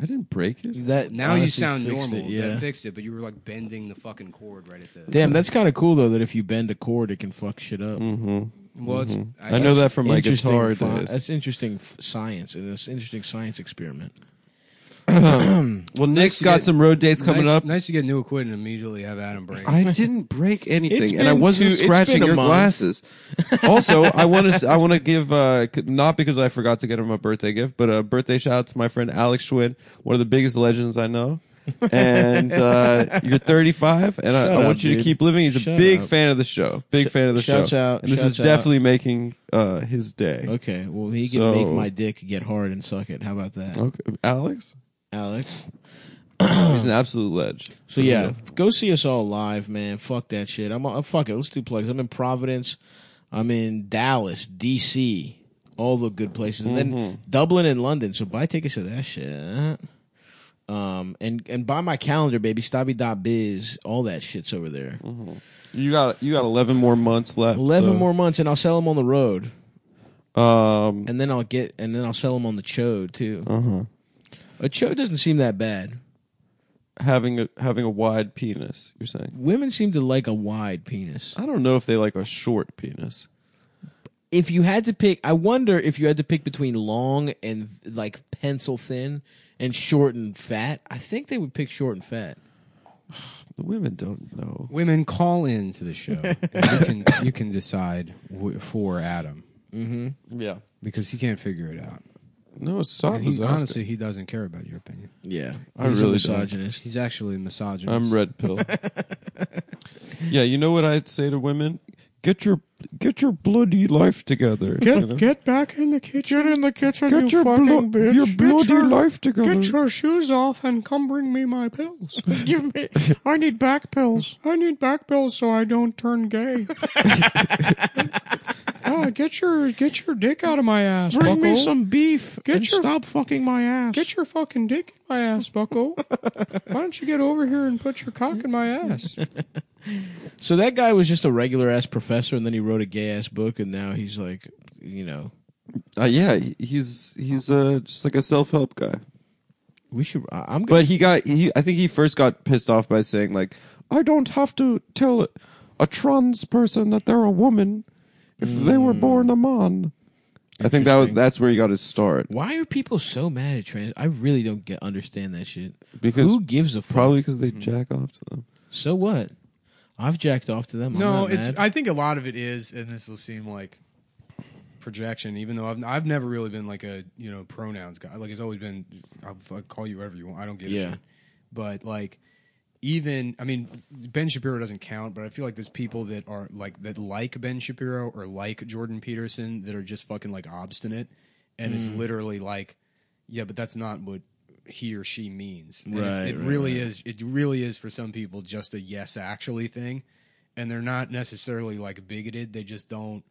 I didn't break it.
That
Now you
honestly
sound
fixed
normal.
it, yeah.
That fixed it, but you were like bending the fucking cord right at the.
Damn, that's kind of cool though. That if you bend a chord, it can fuck shit up.
Well, it's.
I know Mm-hmm. that from my
Interesting
guitar
fi-
days.
That's interesting f- science, and it's interesting science experiment.
well, Nick's
to
got
get-
some road dates coming
nice,
up.
Nice to get new equipment and immediately have Adam break.
I
*laughs*
didn't break
It's
anything, and I
been
wasn't
two- it's been
scratching
a
your
month. *laughs*
glasses. also, I want to I want to give uh, c- not because I forgot to get him a birthday gift, but a birthday shout out to my friend Alex Schwinn, one of the biggest legends I know.
*laughs*
and uh, you're 35, and I,
Shut
I
up,
want you
dude.
to keep living. He's a
Shut
big
up.
fan of the show. Big
Sh-
fan of the
shouts
show.
out,
and this
shouts
is
out.
definitely making uh, his day.
Okay, well he
So-
can make my dick get hard and suck it. How about that,
Okay. Alex,
Alex?
he's an absolute ledge.
So yeah, go see us all live, man. Fuck that shit. I'm uh, fuck it. Let's do plugs. I'm in Providence. I'm in Dallas, D.C. All the good places, and then Dublin and London. So buy tickets to that shit. Um and and buy my calendar, baby. Stabby.biz. All that shit's over there.
you got you got 11 more months left.
Eleven
so,
more months, and I'll sell them on the road,
Um,
and then I'll get and then I'll sell them on the chode too. A chode doesn't seem that bad.
having a having a wide penis. You're saying
Women seem to like a wide penis.
I don't know if they like a short penis.
if you had to pick, I wonder if you had to pick between long and like pencil thin and short and fat. I think they would pick short and fat.
The women don't know.
Women call in to the show.
*laughs*
and you, can, you can decide w- for Adam
Yeah.
because he can't figure it out.
No, Sock
And
was
he, honestly,
honestly.
he doesn't care about your opinion.
Yeah,
I
he's a
really don't.
misogynist.
He's actually a misogynist.
I'm red pill. yeah, you know what I'd say to women? Get your get your bloody life together. you know?
get back in the kitchen. Get in the kitchen,
Get your, blo- your bloody life together.
your shoes off and come bring me my pills. Mm-hmm. *laughs* Give me. I need back pills. I need back pills so I don't turn *laughs* gay. Ah, get your get your dick out of my ass. Bring me some beef. Get your stop fucking my ass. Get your fucking dick in my ass, Bucko. Why don't you get over here and put your cock in my ass?
So that guy was just a regular ass professor, and then he wrote a gay ass book, and now he's like, you know,
Uh, yeah, he- he's he's uh, just like a self help guy.
we should. I, I'm gonna.
But he got he. I think he first got pissed off by saying like, I don't have to tell a trans person that they're a woman if they were born a man. I think that was that's where he got his start.
why are people so mad at trans? I really don't get understand that shit.
Because
who gives a fuck?
Probably because they jack off to them.
So what? I've jacked off to them. I'm
No,
not
it's.
mad.
I think a lot of it is, and this will seem like projection. Even though I've I've never really been like a you know pronouns guy. Like it's always been, I'll, fuck- call you whatever you want. I don't give
Yeah.
a shit. But like, even I mean, Ben Shapiro doesn't count. But I feel like there's people that are like that like Ben Shapiro or like Jordan Peterson that are just fucking like obstinate, and
Mm.
it's literally like, yeah, but that's not what he or she means. And it's-
Right,
it
right,
really
right.
is. It really is for some people just a yes actually thing, and they're not necessarily like bigoted. They just don't.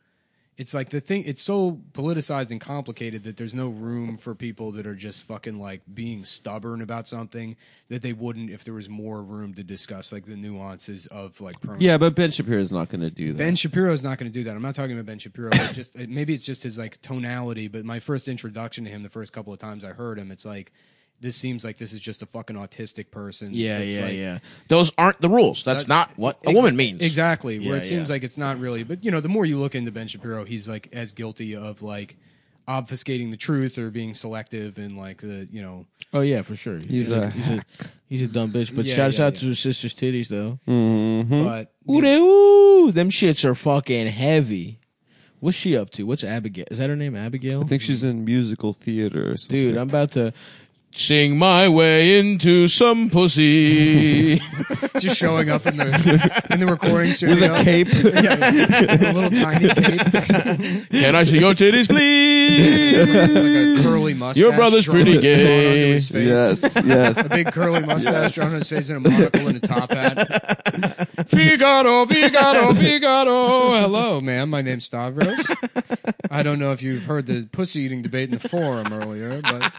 It's like the thing. It's so politicized and complicated that there's no room for people that are just fucking like being stubborn about something that they wouldn't if there was more room to discuss like the nuances of like pronouns.
Yeah, but Ben Shapiro is not going to do that.
Ben Shapiro's not going to do that. I'm not talking about Ben Shapiro. But just it- maybe it's just his like tonality. But my first introduction to him, the first couple of times I heard him, it's like this seems like this is just a fucking autistic person.
yeah,
that's,
yeah,
like-
yeah. Those aren't the rules. That's not what a
Exa-
woman means.
Exactly. Where
Yeah,
it seems
yeah.
like it's not really, but you know, the more you look into Ben Shapiro, he's like as guilty of like obfuscating the truth or being selective and like the you know
Oh yeah, for sure.
He's a
he's
*laughs*
a he's a dumb bitch. But
Yeah,
shouts
yeah,
out
yeah.
to his sister's titties though.
Mm-hmm.
Hmm?
but
Ooh, they, ooh, them shits are fucking heavy. What's she up to? What's Abigail? Is that her name, Abigail?
I think she's in musical theater or something.
Dude, I'm about to. Sing my way into some
*laughs*
pussy.
Just showing up in the in the recording studio *laughs*
cape.
a little tiny cape, *laughs*
Can I see your titties,
*laughs*
please?
like a curly mustache.
Your brother's
drawn-
pretty
drawn onto
gay.
his face.
yes,
A
yes.
big curly mustache drawn on his face and a monocle and a top hat.
*laughs* Figaro, Figaro, Figaro.
Oh, hello, ma'am. My name's Stavros. I don't know if you've heard the pussy eating debate in the forum earlier, but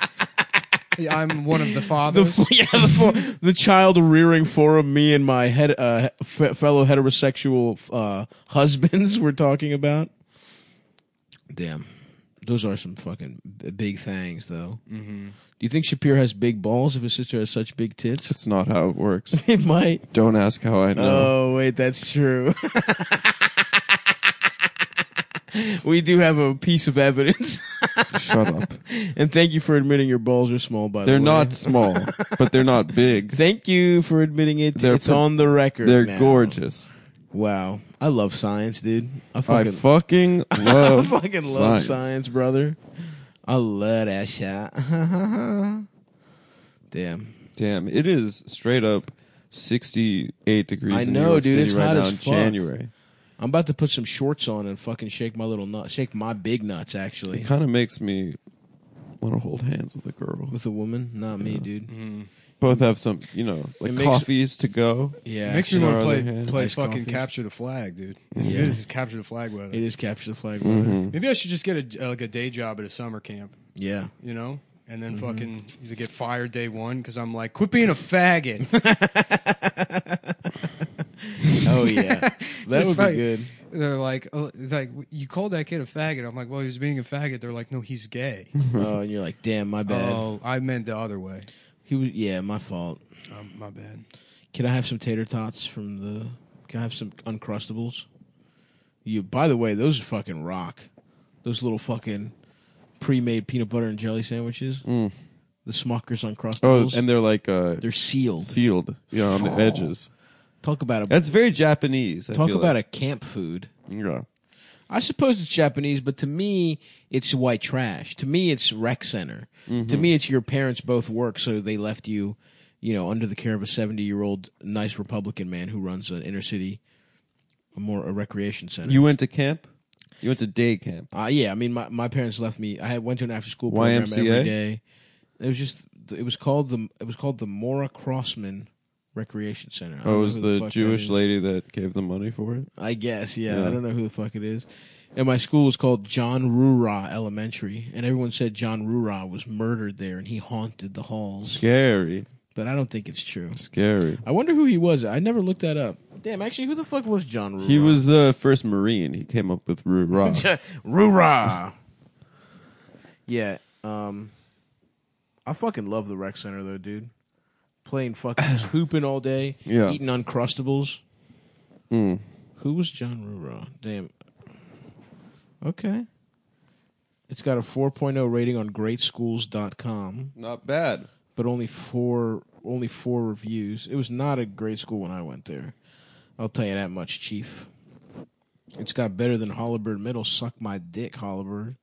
I'm one of the
The,
fathers.
f- *laughs* yeah, the, for, the child rearing forum me and my head, uh, f- fellow heterosexual uh, husbands were talking about. Damn. Those are some fucking b- big things, though. Mm-hmm. Do you think Shapiro has big balls if his sister has such big *laughs* tits?
That's not how it works.
it might.
Don't ask how I know.
Oh wait, that's true. *laughs* we do have a piece of evidence, *laughs*
Shut up.
and thank you for admitting your balls are small. By
They're
the way,
not small, but they're
*laughs*
not big.
Thank you for admitting it.
They're
it's
pro-
on the record.
They're
now.
gorgeous.
Wow, I love science, dude. I
I
fucking,
fucking
*laughs* I
love
fucking love science, brother. I love that shit. *laughs* Damn.
Damn, it is straight up 68 degrees.
I
in
know,
New York
dude,
City
it's
right
hot
now
as
in
fuck.
January.
I'm about to put some shorts on and fucking shake my little nut, shake my big nuts actually.
It kind of makes me want to hold hands with a girl.
With a woman, not me, dude.
Both have some, you know, like
It makes-
coffees to go.
Yeah,
Makes me want to
Or
play
other hand.
play
Iced
fucking
coffee.
capture the flag, dude. This
Yeah.
is capture the flag weather.
It is capture the flag.
Maybe I should just get a uh, like a day job at a summer camp,
Yeah.
you know, and then fucking either get fired day one because I'm like, quit being a faggot.
Oh yeah. *laughs* that
Just
would
fuck-
be good.
They're like, oh, it's like you called that kid a faggot. I'm like, well, he was being a faggot. They're like, no, he's gay.
Oh, and you're like, damn, my bad.
oh, I meant the other way.
He was, yeah, my fault.
Um, my bad.
Can I have some tater tots from the? Can I have some uncrustables? You. By the way, those fucking rock. Those little fucking pre-made peanut butter and jelly sandwiches. The Smucker's
Mm. Oh,
uncrustables.
and they're like uh,
they're sealed.
sealed, you know, on the edges.
Talk about a
That's very Japanese. I
Oh. talk
feel
about
like.
a camp food.
Yeah.
I suppose it's Japanese, but to me, it's white trash. To me, it's rec center. To
Mm-hmm.
me, it's your parents both work, so they left you, you know, under the care of a seventy-year-old nice Republican man who runs an inner city, a more a recreation center.
You went to camp? You went to day camp.
uh, yeah, I mean, my, my parents left me. I had went to an after-school program
YMCA?
every day. It was just it was called the it was called the Mora Crossman Recreation Center. I don't
Oh, it
know
was
who
the
fuck that
Jewish
is.
lady that gave the money for it?
I guess, yeah.
Yeah.
I don't know who the fuck it is. And my school was called John Rura Elementary, and everyone said John Rura was murdered there and he haunted the halls.
Scary.
But I don't think it's true.
Scary.
I wonder who he was. I never looked that up. Damn, actually, who the fuck was John Rura?
He was the first Marine. He came up with
*laughs*
Rue Ra.
Rura. yeah. Um, I fucking love the rec center though, dude. Playing fucking just hooping all day,
Yeah.
eating uncrustables. Who was John Rura? Damn. Okay. It's got a 4.0 rating on greatschools.com,
Not bad.
but only four only four reviews. It was not a great school when I went there. I'll tell you that much, chief. It's got better than Hollibird Middle. Suck my dick, Hollibird.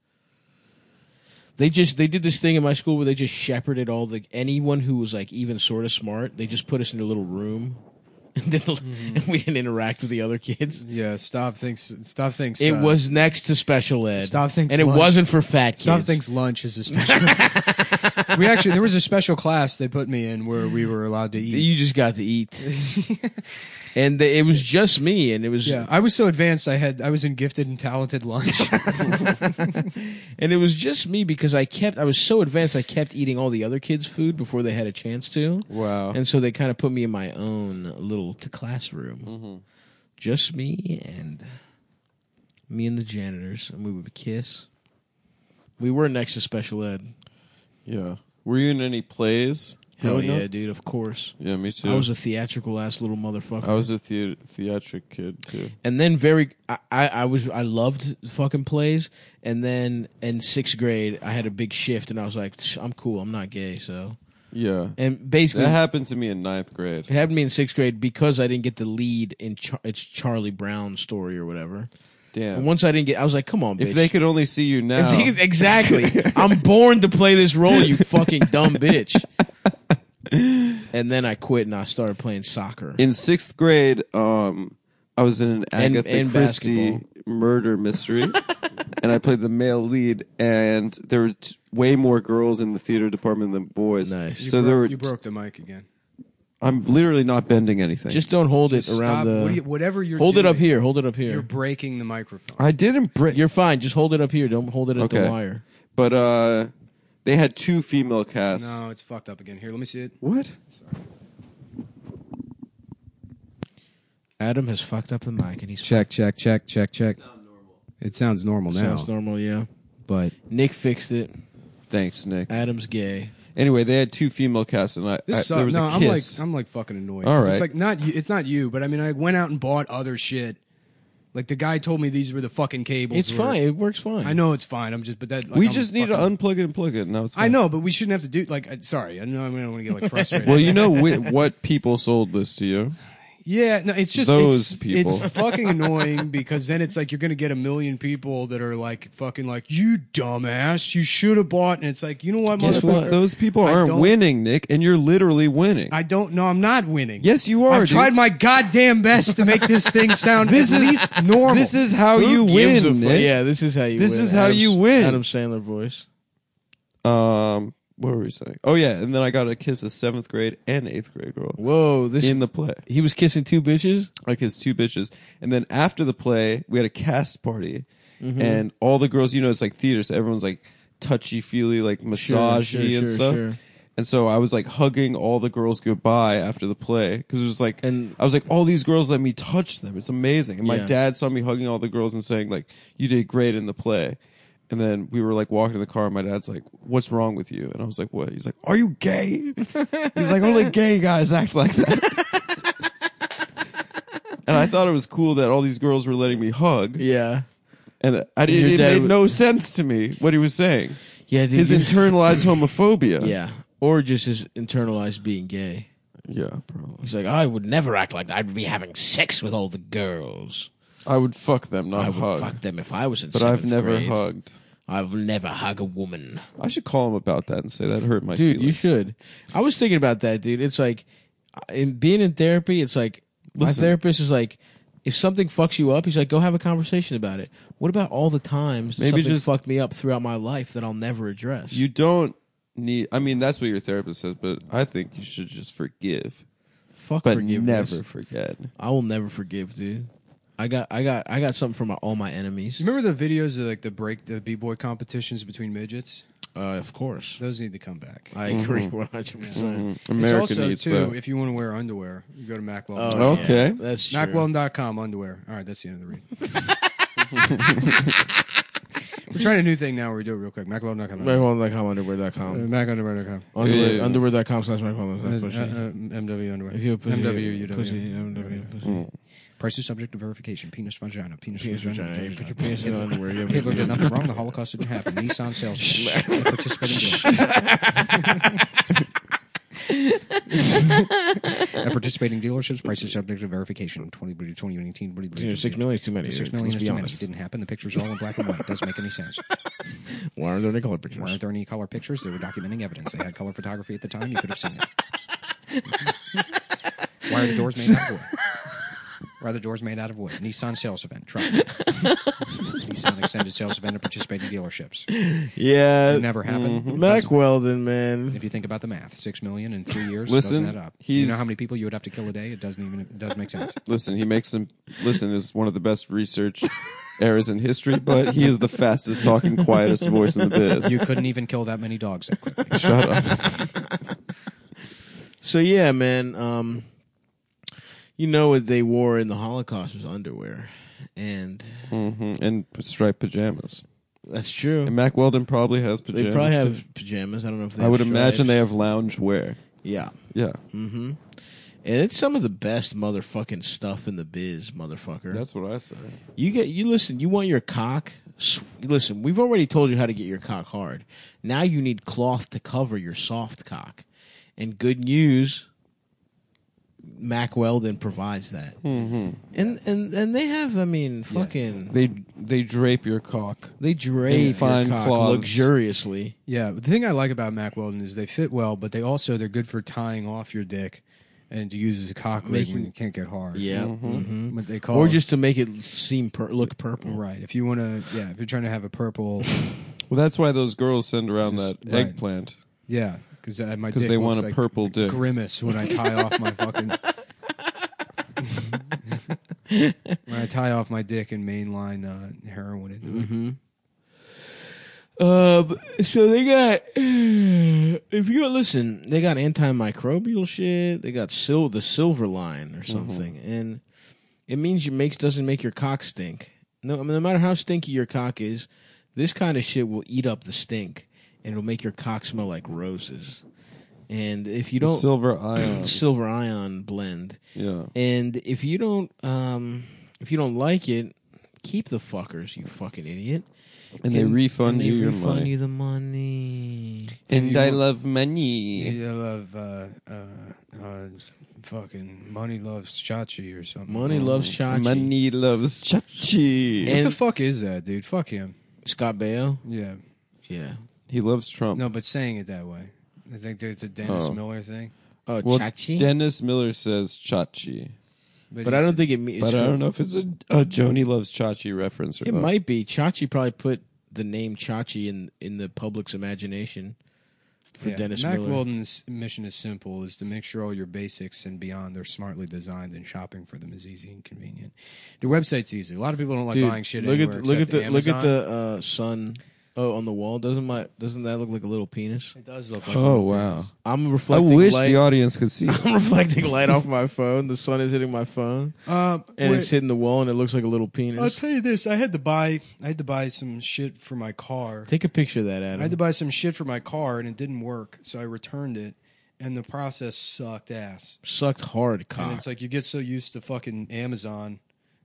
They just they did this thing in my school where they just shepherded all the anyone who was like even sort of smart. They just put us in a little room, *laughs* and, then, and
Mm-hmm.
*laughs* we didn't interact with the other kids.
Yeah, Stav thinks Stav thinks
It
uh,
was next to special ed.
Stav thinks
and it
lunch-
wasn't for fat kids.
Stav thinks lunch is a special. we actually there was a special class they put me in where we were allowed to eat.
you just got
*laughs*
to eat. and they, it was just me, and it was
Yeah, I was so advanced. I had I was in gifted and talented lunch.
and it was just me because I kept I was so advanced I kept eating all the other kids' food before they had a chance to.
Wow.
And so they kind of put me in my own little t- classroom, just me and me and the janitors, and we would kiss. We were next to special ed.
Yeah. Were you in any plays?
Hell
growing
yeah,
up?
dude! Of course,
Yeah, me too.
I was a theatrical ass little motherfucker.
I was a the- theatric kid too.
and then very I, I I was I loved fucking plays and then in sixth grade I had a big shift and I was like "Tch, I'm cool I'm not gay so
Yeah.
and basically
that happened to me in ninth grade.
it happened to me in sixth grade because I didn't get the lead in Char- it's Charlie Brown story or whatever
Damn.
And once I didn't get, I was like, come on, bitch.
If they could only see you now.
*laughs* If they could-
*laughs*
exactly. I'm born to play this role, you fucking dumb
*laughs*
bitch. And then I quit and I started playing soccer.
in sixth grade, um, I was in an
And-
Agatha
and
Christie
basketball.
murder mystery,
*laughs*
and I played the male lead. And there were t- way more girls in the theater department than boys.
Nice. You
so there were.
you broke the mic again.
I'm literally not bending anything.
Just don't hold it
Stop.
around the.
what do you- whatever you're
hold it up
doing,
here. Hold it up
You're
here.
breaking the microphone.
I didn't break.
You're fine. Just hold it up here. Don't hold it at
Okay.
the wire.
But uh, they had two female casts.
No, it's fucked up again. Here, let me see it.
What?
Adam has fucked up the mic and he's
Check, check, check, check, check. It sounds normal now,
sounds normal. Yeah.
but
Nick fixed it.
Thanks, Nick.
Adam's gay.
Anyway, they had two female casts, and I,
Uh, this
I-
sucks.
there was
no,
a
I'm like
kiss.
I'm like fucking annoyed.
All
'Cause It's
right.
like not you, it's not you, but I mean I went out and bought other shit. Like the guy told me these were the fucking cables.
It's
were-
fine. It works fine.
I know it's fine. I'm just but that like,
we
I'm
just need
fucking-
to unplug it and plug it. Now it's
I
fine.
know, but we shouldn't have to do like I- sorry. I know I don't want to get
*laughs*
like frustrated.
Well, you know wh- what people sold this
*laughs*
to you.
Yeah, no, it's just
Those
it's,
people.
It's fucking
*laughs*
annoying because then it's like you're gonna get a million people that are like fucking like you dumbass, you should have bought, and it's like you know what,
Guess
motherfucker,
what? Those people
I
aren't
don't-
winning, Nick, and you're literally winning.
I don't know, I'm not winning.
yes, you are.
I've
dude.
tried my goddamn best to make this thing sound this at least normal.
This is how
Who
you
gives a fu-
win, Nick.
Yeah, this is how you.
This
win.
is how you win.
Adam Sandler voice.
Um, what were we saying? Oh yeah, and then I got a kiss a seventh grade and eighth grade girl
Whoa, this
in the play.
he was kissing two bitches.
I kissed two bitches, and then after the play, we had a cast party,
Mm-hmm.
and all the girls, you know, it's like theater, so everyone's like touchy feely, like massagey
sure,
and
sure,
stuff.
sure.
And so I was like hugging all the girls goodbye after the play because it was like,
And-
I was like, all these girls let me touch them. It's amazing. And my
Yeah.
dad saw me hugging all the girls and saying like, you did great in the play. And then we were like walking to the car. And my dad's like, what's wrong with you? And I was like, what? He's like, are you gay? *laughs* He's like, only gay guys act like that. *laughs* and I thought it was cool that all these girls were letting me hug.
Yeah,
And I didn't,
Your
it
dad
made
was-
no sense to me what he was saying.
yeah. Dude,
His
you-
*laughs* internalized homophobia.
yeah, or just his internalized being gay.
Yeah, probably.
He's like, I would never act like that. I'd be having sex with all the girls.
I would fuck them, not
I would
hug.
fuck them if I was in.
but I've
seventh
never
grade.
hugged.
I've never hug a woman.
I should call him about that and say that hurt my
dude
feelings.
you should i was thinking about that dude it's like in being in therapy it's like
Listen.
my therapist is like if something fucks you up he's like go have a conversation about it what about all the times that
Maybe
something
just-
fucked me up throughout my life that i'll never address
You don't need. I mean, that's what your therapist says, but I think you should just forgive,
fuck
but
forgiveness
never forget.
i will never forgive dude i got i got i got something from my, all my enemies
You remember the videos of like the break the b boy competitions between midgets?
uh, of course
Those need to come back.
i
Mm-hmm.
agree *laughs* 100 percent
America
it's also
needs
too
that. Oh,
if you want to wear underwear, you go to Macwell.
Okay.
that's true.
Knockwell.com underwear. All right, that's the end of the read. *laughs* we're trying a new thing now where we do it real quick. Macwell.com. Macwell.
MacWellum.com, underwear.com.
Mac underwear.com.
Underwear,
Yeah.
Underwear.com slash MacWellum.
Uh, uh,
That's what she-
MW underwear.
If you have pussy,
MW,
pussy,
UW.
MW, pussy.
Mm.
Price is subject to verification. Penis vagina. Penis,
Penis
vagina.
vagina. You Put your
vagina.
penis in the underwear. You have
Hitler did
a-
nothing wrong. The Holocaust didn't happen. Nissan
*laughs*
salesman. Participant in deal. At participating dealerships, price is subject to verification. 20, 2019.
You know, Six million is too many.
Six
Let's
million is
be
too many. It
honest.
didn't happen. The pictures are all in black and white. It doesn't make any
*laughs*
sense.
Why aren't there any color
Why
pictures?
aren't there any color pictures? They were documenting evidence. They had color photography at the time. You could have seen it.
*laughs*
Why are the doors made out of wood? Why are the doors made out of wood? Nissan sales event.
*laughs*
Truck. Nissan extended sales event at participating dealerships.
Yeah.
It never happened. It
Mm-hmm. Mac
doesn't-
Weldon, man.
If you think about the math, six million in three years
Listen,
doesn't add up. you
he's-
know how many people you would have to kill a day? It doesn't even it doesn't make
*laughs*
sense.
Listen, he makes them. Listen, is one of the best research eras in history, but he is the fastest talking, quietest voice in the biz.
You couldn't even kill that many dogs that quickly.
Shut up.
So yeah, man. Um, you know what they wore in the Holocaust was underwear, and
hmm And striped pajamas.
that's true.
And Mac Weldon probably has
they
pajamas.
probably
too.
have pajamas. I don't know if they.
I
have
would
stripes.
imagine they have lounge wear.
Yeah.
Yeah,
Mm-hmm. And it's some of the best motherfucking stuff in the biz, motherfucker.
what I say.
You get you listen. You want your cock? s- Listen, we've already told you how to get your cock hard. Now you need cloth to cover your soft cock. And good news, Mac Weldon provides that,
Mm-hmm.
and and and they have, I mean, fucking
They they drape your cock.
they drape
fine
your cock
cloths.
luxuriously.
Yeah, the thing I like about Mack Weldon is they fit well, but they also they're good for tying off your dick and to use as a cock ring when
Making-
you can't get hard. Mm-hmm.
Yeah,
Mm-hmm.
Mhm.
what they call
or just to make it seem pur- look purple.
right. If you want to, yeah, if you're trying to have a purple,
Well, that's why those girls send around
Just-
that
right.
eggplant
yeah, because my
because
dick
they
looks
want a
like
purple dick.
grimace when I tie off my
*laughs*
fucking. when I tie off my dick and mainline uh, heroin into
Mm-hmm.
it.
Um, so they got if you don't listen, they got antimicrobial shit. They got sil- the silver line or something, and it means you makes doesn't make your cock stink. No, I mean, no matter how stinky your cock is, this kind of shit will eat up the stink, and it'll make your cock smell like roses. And if you
The um,
don't
silver
*clears throat*
ion.
silver ion blend,
yeah.
and if you don't um if you don't like it, keep the fuckers, you fucking idiot.
And they refund
and they
you your
refund
money.
you the money.
And
You-
I love money.
You love uh, uh, uh, fucking money loves chachi or something.
Money loves Chachi.
Money loves chachi.
What
And-
the fuck is that, dude? Fuck him.
Scott Baio.
Yeah.
Yeah.
he loves Trump.
No, but saying it that way. I think it's a Dennis
Oh.
Miller thing.
Oh,
Well,
Chachi.
Dennis Miller says chachi,
but I don't think it means.
but I don't know if it's a, a Joni loves chachi reference or
It
not.
might be Chachi. Probably put the name Chachi in in the public's imagination for Dennis
Mac
Miller.
Weldon's mission is simple: is to make sure all your basics and beyond are smartly designed, and shopping for them is easy and convenient. The website's easy. A lot of people don't like
Dude,
buying shit
look at
anywhere
the, look at
except
the look at
Amazon.
the uh, sun. Oh, on the wall doesn't my doesn't that look like a little penis?
It does look like.
Oh
one,
wow!
yes.
I'm
I
reflecting *laughs*
wish
light.
the audience could see.
I'm reflecting light off my phone. The sun is hitting my phone,
Uh,
and
wait,
it's hitting the wall, and it looks like a little
I'll
penis.
tell you this: I had to buy. I had to buy some shit for my car.
Take a picture of that,
I had to
Adam.
buy some shit for my car, and it didn't work, so I returned it, and the process sucked ass.
Sucked hard
And
cock.
it's like you get so used to fucking Amazon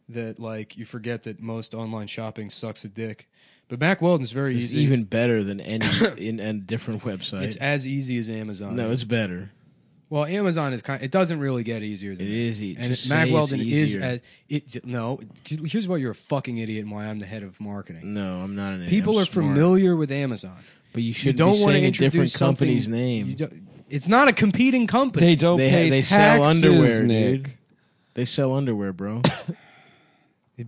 that like you forget that most online shopping sucks a dick. But Mac Weldon's very
It's
easy.
even better than any in a different website.
it's as easy as Amazon.
no, it's better.
well, Amazon is kind. It doesn't really get easier. Than
It
that.
is easy.
And
Just
Mac
say it's
Weldon is
easier.
as it. No, here's why you're a fucking idiot and why I'm the head of marketing.
No, I'm not an idiot.
People
I'm
are
Mm, smart.
familiar with Amazon.
but you
You
shouldn't
don't
be
want to
saying a
introduce
different
something-
company's
you
name.
don't- it's not a competing company.
They don't
They ha-
pay
they sell
taxes,
underwear,
Nick.
dude. They sell underwear, bro.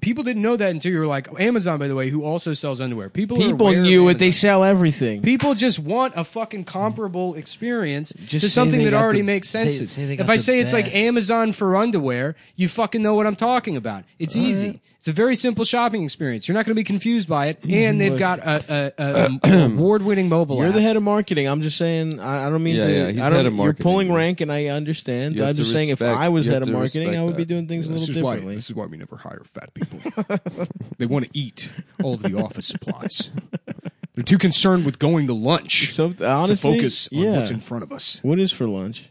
People didn't know that until you were like Amazon, by the way, who also sells underwear. People are
People
aware of
knew it.
Amazon.
They sell everything.
People just want a fucking comparable experience
Just
to
say
something
they
that
got
already
the-
makes sense.
they say they
if
got
I
the
say it's like
best.
Amazon for underwear, you fucking know what I'm talking about. It's easy. It's a very simple shopping experience. You're not going to be confused by
*laughs*
it. And they've got a, a,
*clears throat*
a award-winning mobile
You're
app.
the head of marketing. I'm just saying. I, I don't mean.
Yeah,
to,
yeah, he's
I don't,
head of marketing.
You're pulling rank, and I understand.
You have
I'm just
to
saying, if
respect-
I was
you
head
have
of
to
marketing, I
respect
would be
that.
doing things a
This
little
is why
differently.
this is why we never hire fat
*laughs*
people. they want to eat all of the office supplies. They're too concerned with going to lunch
Some-
to
honestly,
focus on
yeah.
what's in front of us.
What is for lunch?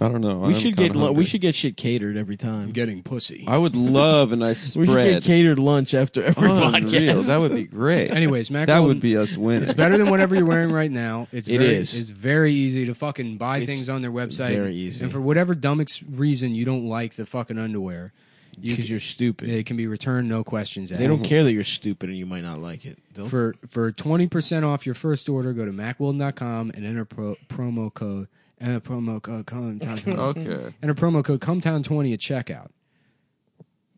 I don't know.
*laughs* we
I'm
should
kinda
get lu- we
hungry.
should get shit catered every time.
Getting pussy.
I would love a
*laughs*
nice
we should get
spread.
catered lunch after every
Unreal.
podcast.
*laughs* That would be great.
Anyways, Mac
that
Weldon-
would be us winning.
It's better than whatever you're wearing right now. It's
It
very,
is.
It's very easy to fucking buy things on their website.
very easy.
And for whatever dumb ex- reason you don't like the fucking underwear, you
Because
can,
you're stupid.
it can be returned, no questions asked.
They don't care that you're stupid and you might not like it. They'll
For for twenty percent off your first order, go to macweldon.com and enter pro, promo code enter promo code
*laughs*
cometown20.
Okay.
Enter promo code cometown20 at checkout.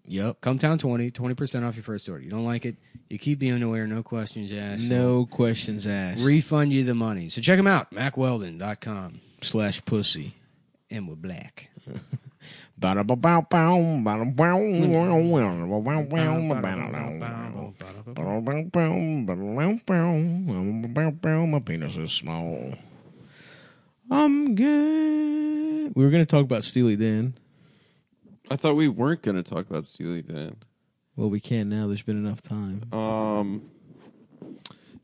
yep.
Cometown20, 20% off your first order. You don't like it, you keep the underwear, no questions asked.
No questions asked.
Refund you the money. So check them out, macweldon.com.
slash pussy.
And we're black.
My penis is small. I'm good. We were going to talk about Steely Dan.
I thought we weren't going to talk about Steely Dan.
Well, we can now. There's been enough time.
Um,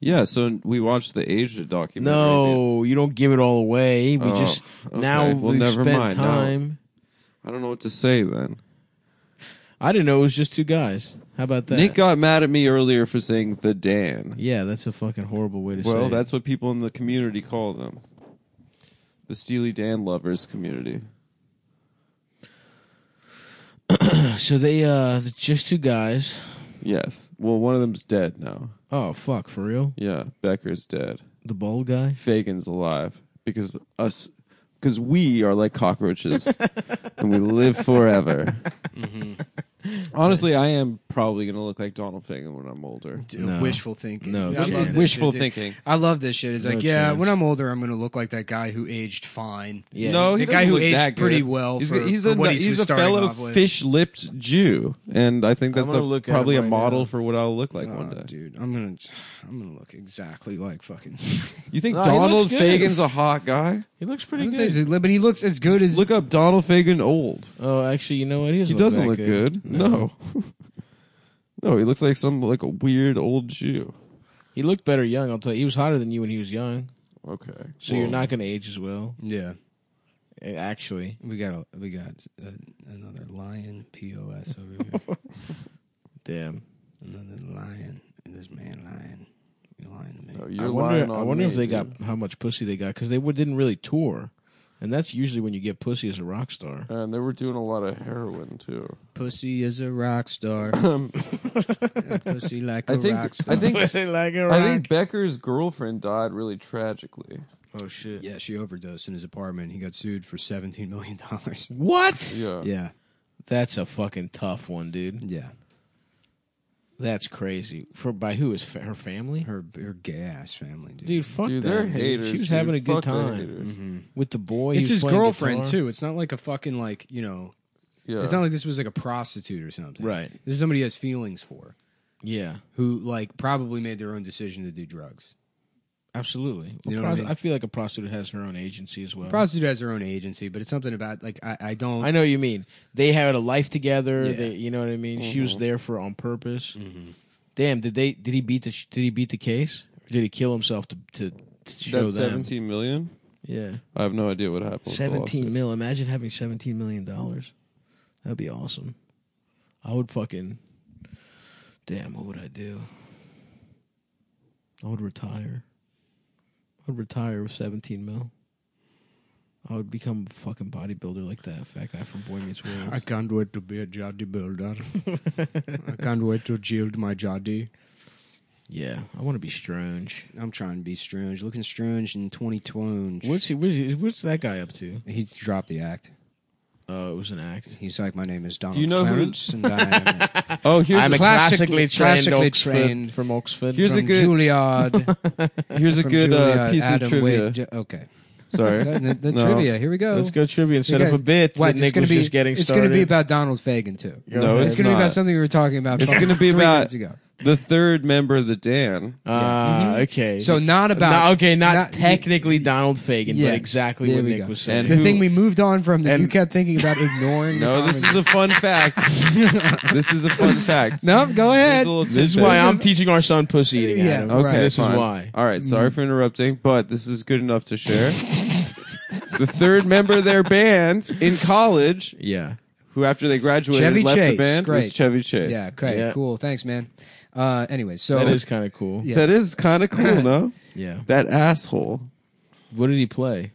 yeah, so we watched the Asia documentary. dude.
No, you don't give it all away. We
Oh,
just
okay.
now
Well,
we've
never
spent
mind. No.
time.
I don't know what to say then.
I didn't know it was just two guys. How about that?
Nick got mad at me earlier for saying the Dan.
yeah, that's a fucking horrible way to say.
Well,
it.
that's what people in the community call them. The Steely Dan lovers community.
So they uh just two guys.
Yes. Well, one of them's dead now.
Oh fuck, for real?
Yeah, Becker's dead.
The bald guy?
Fagin's alive because us because we are
*laughs*
like cockroaches and we live forever.
Mm-hmm.
Honestly, I am probably going to look like Donald Fagan when I'm older.
No.
Wishful thinking.
No
I love
chance.
this
Wishful
shit, dude.
thinking.
I love this shit. It's
No
like, yeah,
chance.
when I'm older, I'm going to look like that guy who aged fine.
Yeah.
No,
The
he
guy
doesn't
who
look
aged
that good.
pretty well
He's,
for-
he's
for
a
what he
he's
was
a
starting
fellow
off with.
fish-lipped Jew, and I think that's
I'm
a,
gonna look at
probably
him
a
right
model
now.
for what I'll look like
Oh,
one day.
dude, I'm gonna, I'm gonna look exactly like fucking.
You think
No, he looks
Donald
good.
Fagan's a hot guy?
He looks
I
pretty
wouldn't
good.
say he's- but he looks as good as.
Look up Donald Fagan old.
oh, actually, you know what? He doesn't,
He doesn't
that
look good. No. *laughs* No, he looks like some like a weird old Jew.
He looked better young. I'll tell you, he was hotter than you when he was young.
Okay.
So you're not going to age as well.
yeah,
eh, Actually,
we got a, we got uh another lion pos over
*laughs*
here.
damn.
another lion. And this man lying. You lying to me?
you're
I wonder.
lying on
I wonder
me,
if they
dude.
got how much pussy they got because they would, didn't really tour, and that's usually when you get pussy as a rock star.
And they were doing a lot of heroin too.
Pussy is a rock
*coughs*
star. Pussy like a
Um, I think
rock star.
*laughs*
I think
like a
I think Becker's girlfriend died really tragically.
oh shit.
Yeah, she overdosed in his apartment. He got sued for seventeen million dollars.
What?
Yeah.
Yeah,
That's a fucking tough one, dude.
yeah.
That's crazy. For by who is fa- her family?
Her her gay ass family, dude.
Dude, fuck
Dude,
that.
they're
dude.
haters.
She was
dude.
having a
Fuck
good
the
time Mm-hmm.
haters.
with the boy.
it's
he was
his
playing
girlfriend
guitar.
too. It's not like a fucking like you know.
Yeah.
It's not like this was like a prostitute or something.
Right.
This is somebody he has feelings for
Yeah,
who like probably made their own decision to do drugs.
absolutely.
You know
A
what I
pros-
mean?
I feel like a prostitute has her own agency as well.
Prostitute has her own agency, but it's something about like I, I don't.
I know what you mean. They had a life together.
Yeah.
They, you know what I mean. She was there for on purpose. Damn, did they? Did he beat the? Did he beat the case? Or did he kill himself to to, to show
That's
them?
seventeen million.
Yeah,
I have no idea what happened. with the
seventeen
lawsuit.
mil. Imagine having seventeen million dollars. That'd be awesome. I would fucking. Damn, what would I do? I would retire. I would retire with seventeen mil. I would become a fucking bodybuilder like that fat guy from Boy Meets World.
I can't wait to be a jaddy
*laughs*
builder. I can't wait to yield my jaddy.
Yeah, I want to be strange.
I'm trying to be strange, looking strange in 2020.
What's he, what's, he, what's that guy up to?
He's dropped the act.
Oh, it was an act.
He's like, my name is Donald.
Do you know who-
Clarence, and
*laughs*
I am
Oh, here's
I'm
a,
a classically- classically trained
from Oxford.
Here's a
from
good-
Juilliard.
*laughs* here's a
from
good uh,
Juilliard,
piece
Adam
of trivia.
Wade, Ju- okay,
*laughs* Sorry.
*laughs*
the, the- the
*laughs* No.
trivia. Here we go.
Let's go trivia and set up a bit.
Wait,
that Nick
gonna
was
be,
just getting
it's
started.
gonna be about Donald Fagan too.
No,
ahead.
it's,
It's gonna be
not.
about something we were talking about.
It's
fucking
gonna be
three
about-
minutes ago.
the third member of the Dan.
Ah,
Mm-hmm.
okay.
So not about.
No, okay, not,
not-
technically Donald Fagan,
Yeah.
but exactly
There
what
we
Nick
go.
was saying.
And
the
who-
thing we moved on from that you
and-
kept thinking
*laughs*
about ignoring.
No,
the
this is
comment.
*laughs*
a fun fact. this is a fun fact.
no. Go
Here's
ahead.
a little
this is
tidbit.
why I'm teaching our son pussy eating.
Yeah,
Adam.
Okay, right.
This
fine.
is why.
All right, sorry for interrupting, but this is good enough to share. the third member of their band in college,
Yeah.
who after they graduated
Chevy
left
Chase,
the band, was
great.
Chevy Chase.
Yeah. Okay.
Yeah.
Cool. Thanks, man. Uh. Anyway, so
That is kind of cool.
Yeah.
That is kind of cool, no?
Yeah.
That asshole.
What did he play?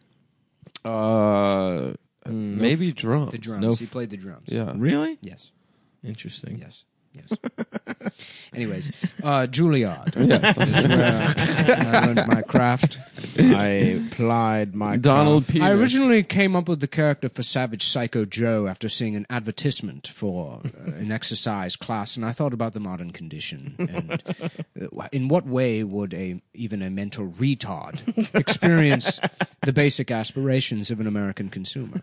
Uh, maybe drums.
the drums.
No-
he played uh, the drums.
Yeah.
Really?
Yes.
Interesting.
Yes. Yes. *laughs* Anyways, uh, Juilliard. *laughs*
*laughs* Yes.
I learned my craft.
I plied my
Donald Peters.
I originally came up with the character for Savage Psycho Joe after seeing an advertisement for uh, an exercise class, and I thought about the modern condition and uh, in what way would a even a mental retard
*laughs*
experience the basic aspirations of an American consumer?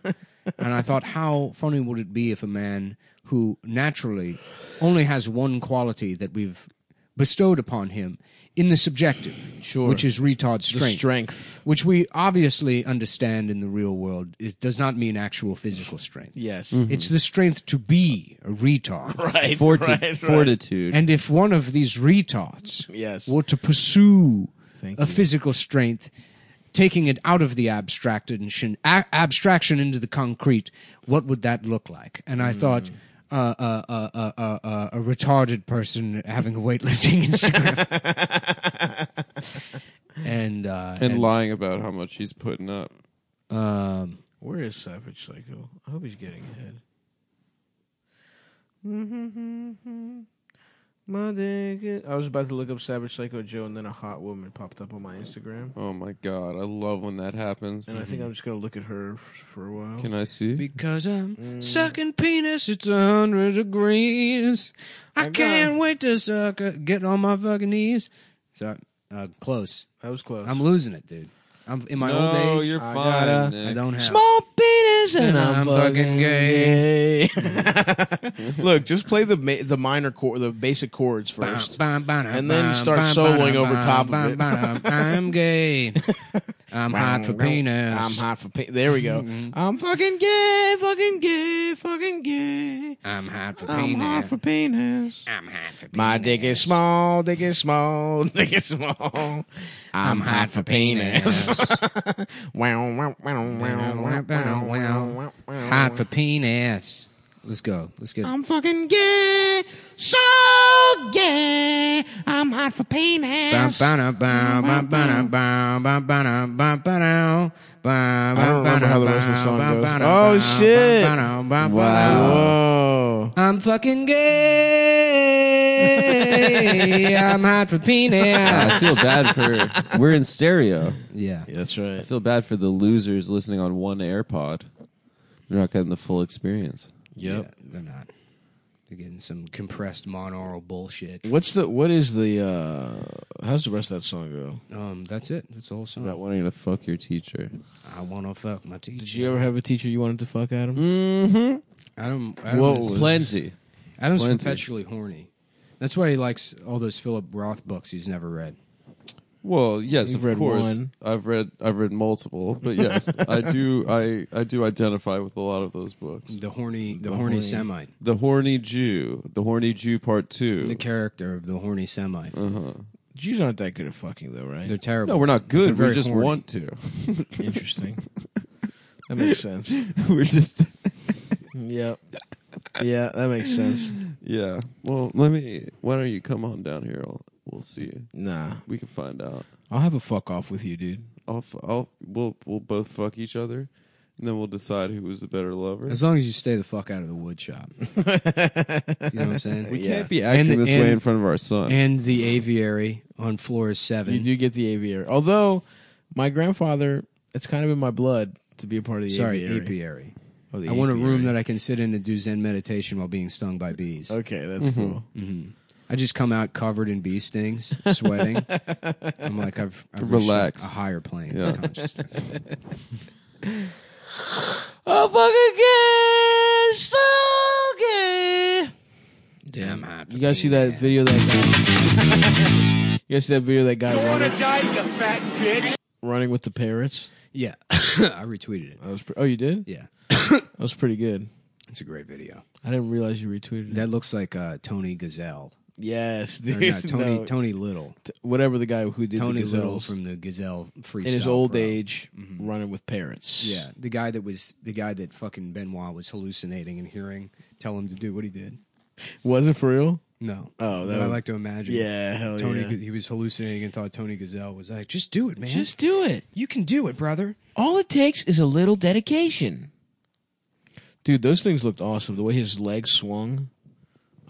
And I thought, how funny would it be if a man who naturally only has one quality that we've bestowed upon him in the subjective,
Sure.
which is retard
the
strength
strength.
which we obviously understand in the real world is, does not mean actual physical strength.
Yes.
Mm-hmm.
It's the strength to be a retard.
*laughs* Right.
Forti- Fortitude.
And if one of these retards
Yes.
were to pursue
Thank
a physical strength, taking it out of the abstraction, a- abstraction into the concrete, what would that look like? And I thought,
Hmm.
uh, uh, uh, uh, uh, uh, a retarded person having a weightlifting *laughs* Instagram. and, uh,
and lying about how much he's putting up.
um,
Where is Savage Psycho? I hope he's getting ahead. Mm-hmm. My dick. I was about to look up Savage Psycho Joe, and then a hot woman popped up on my Instagram,
Oh my god, I love when that happens.
and I think I'm just gonna look at her f- for a while.
Can I see?
Because I'm
Hmm.
sucking penis, it's a hundred degrees. I, can't wait to suck it. Get on my fucking knees. Sorry, uh, close.
I was close.
I'm losing it, dude. I'm in my
no,
old age.
you're
I
fine.
gotta-
Nick.
I don't have
Small penis and
Yeah,
I'm,
I'm
fucking,
fucking
gay. *laughs* Look, just play the ma- the minor chord, the basic chords first.
and
And then start soloing over top of it.
I'm
*laughs*
gay. I'm hot for penis.
I'm hot for penis. Mm-hmm. There we go. I'm fucking gay, fucking gay, fucking gay.
I'm hot for
I'm
penis.
hot for penis.
I'm hot for penis.
My dick is small, dick is small, *laughs* dick is small. I'm hot for penis. *laughs* Wow, wow, wow, wow, wow, wow, wow, wow.
hot for penis. Let's go. Let's get.
I'm fucking gay, so gay. I'm hot for
Bum,
penis.
ba-dum, bum, bum,
Mm-hmm.
ba-dum, bum, bum, ba-dum, bum, ba-dum, bum,
I don't remember how the rest of the song goes. Oh, shit.
bum, bum, bum.
Whoa.
I'm fucking *laughs* gay. I'm hot for
I
penis.
feel bad for. We're in stereo.
*laughs* Yeah.
That's right.
I feel bad for the losers listening on one AirPod. They're not getting the full experience.
Yep.
Yeah, They're not. They're getting some compressed monaural bullshit.
What's the what is the uh how's the rest of that song go?
Um, that's it. That's the whole song.
Not wanting to fuck your teacher.
I wanna fuck my teacher.
Did you ever have a teacher you wanted to fuck Adam?
Mm-hmm.
Adam, Adam
Whoa,
is-
plenty.
Adam's
plenty.
perpetually horny. That's why he likes all those Philip Roth books he's never read.
Well, yes,
You've
of
read
course.
one.
I've read I've read multiple, but yes, I do I I do identify with a lot of those books.
The horny, the, horny, Semite,
The Horny Jew, The Horny Jew Part
the
2.
character of the horny Semite.
Jews aren't that good at fucking though, right?
They're terrible.
Mm. No, we're not
They're
good. We
very
just
horny.
want to.
Interesting. that makes sense.
we're
*laughs*
just
Yep. Yeah, that makes sense.
Yeah. Well, let me why don't you come on down here? I'll, we'll see.
Nah.
We can find out.
I'll have a fuck off with you, dude.
I'll f- I'll we'll we'll both fuck each other and then we'll decide who was the better lover.
As long as you stay the fuck out of the wood
*laughs*
shop. you know what I'm saying?
we can't be
And-
acting this
and-
way in front of our son.
And the aviary on floor seven.
You do get the aviary. Although my grandfather, it's kind of in my blood to be a part of the
Sorry,
aviary.
apiary.
Oh, the
I want a
apiary.
room that I can sit in and do Zen meditation while being stung by bees.
Okay, that's cool.
I just come out covered in bee stings,
*laughs*
sweating. I'm like, I've, I've reached
Relaxed.
a higher plane
Yeah.
of consciousness.
*laughs*
I'm
Damn,
hot
you guys see that video that guy? *laughs* you guys see that video that guy running, running with the parrots?
Yeah, *coughs* I retweeted it.
That was pre- oh, you did?
Yeah,
That was pretty good.
it's a great video.
I didn't realize you retweeted it.
That looks like uh, Tony Gazelle,
Yes,
or
dude. *laughs*
not, Tony
No,
Tony Little,
t- whatever the guy who did
Tony
the
Little
gazelles
from the Gazelle Freestyle.
in his old
Pro.
age running with parrots.
Yeah, the guy that was the guy that fucking Benoit was hallucinating and hearing tell him to do what he did.
was it for real?
No,
Oh, that
that I
would-
like to imagine.
Yeah, hell
Tony,
yeah.
he was hallucinating and thought Tony Gazelle was like, "Just do it, man.
Just do it.
you can do it, brother."
All it takes is a little dedication. Dude, those things looked awesome. The way his legs swung,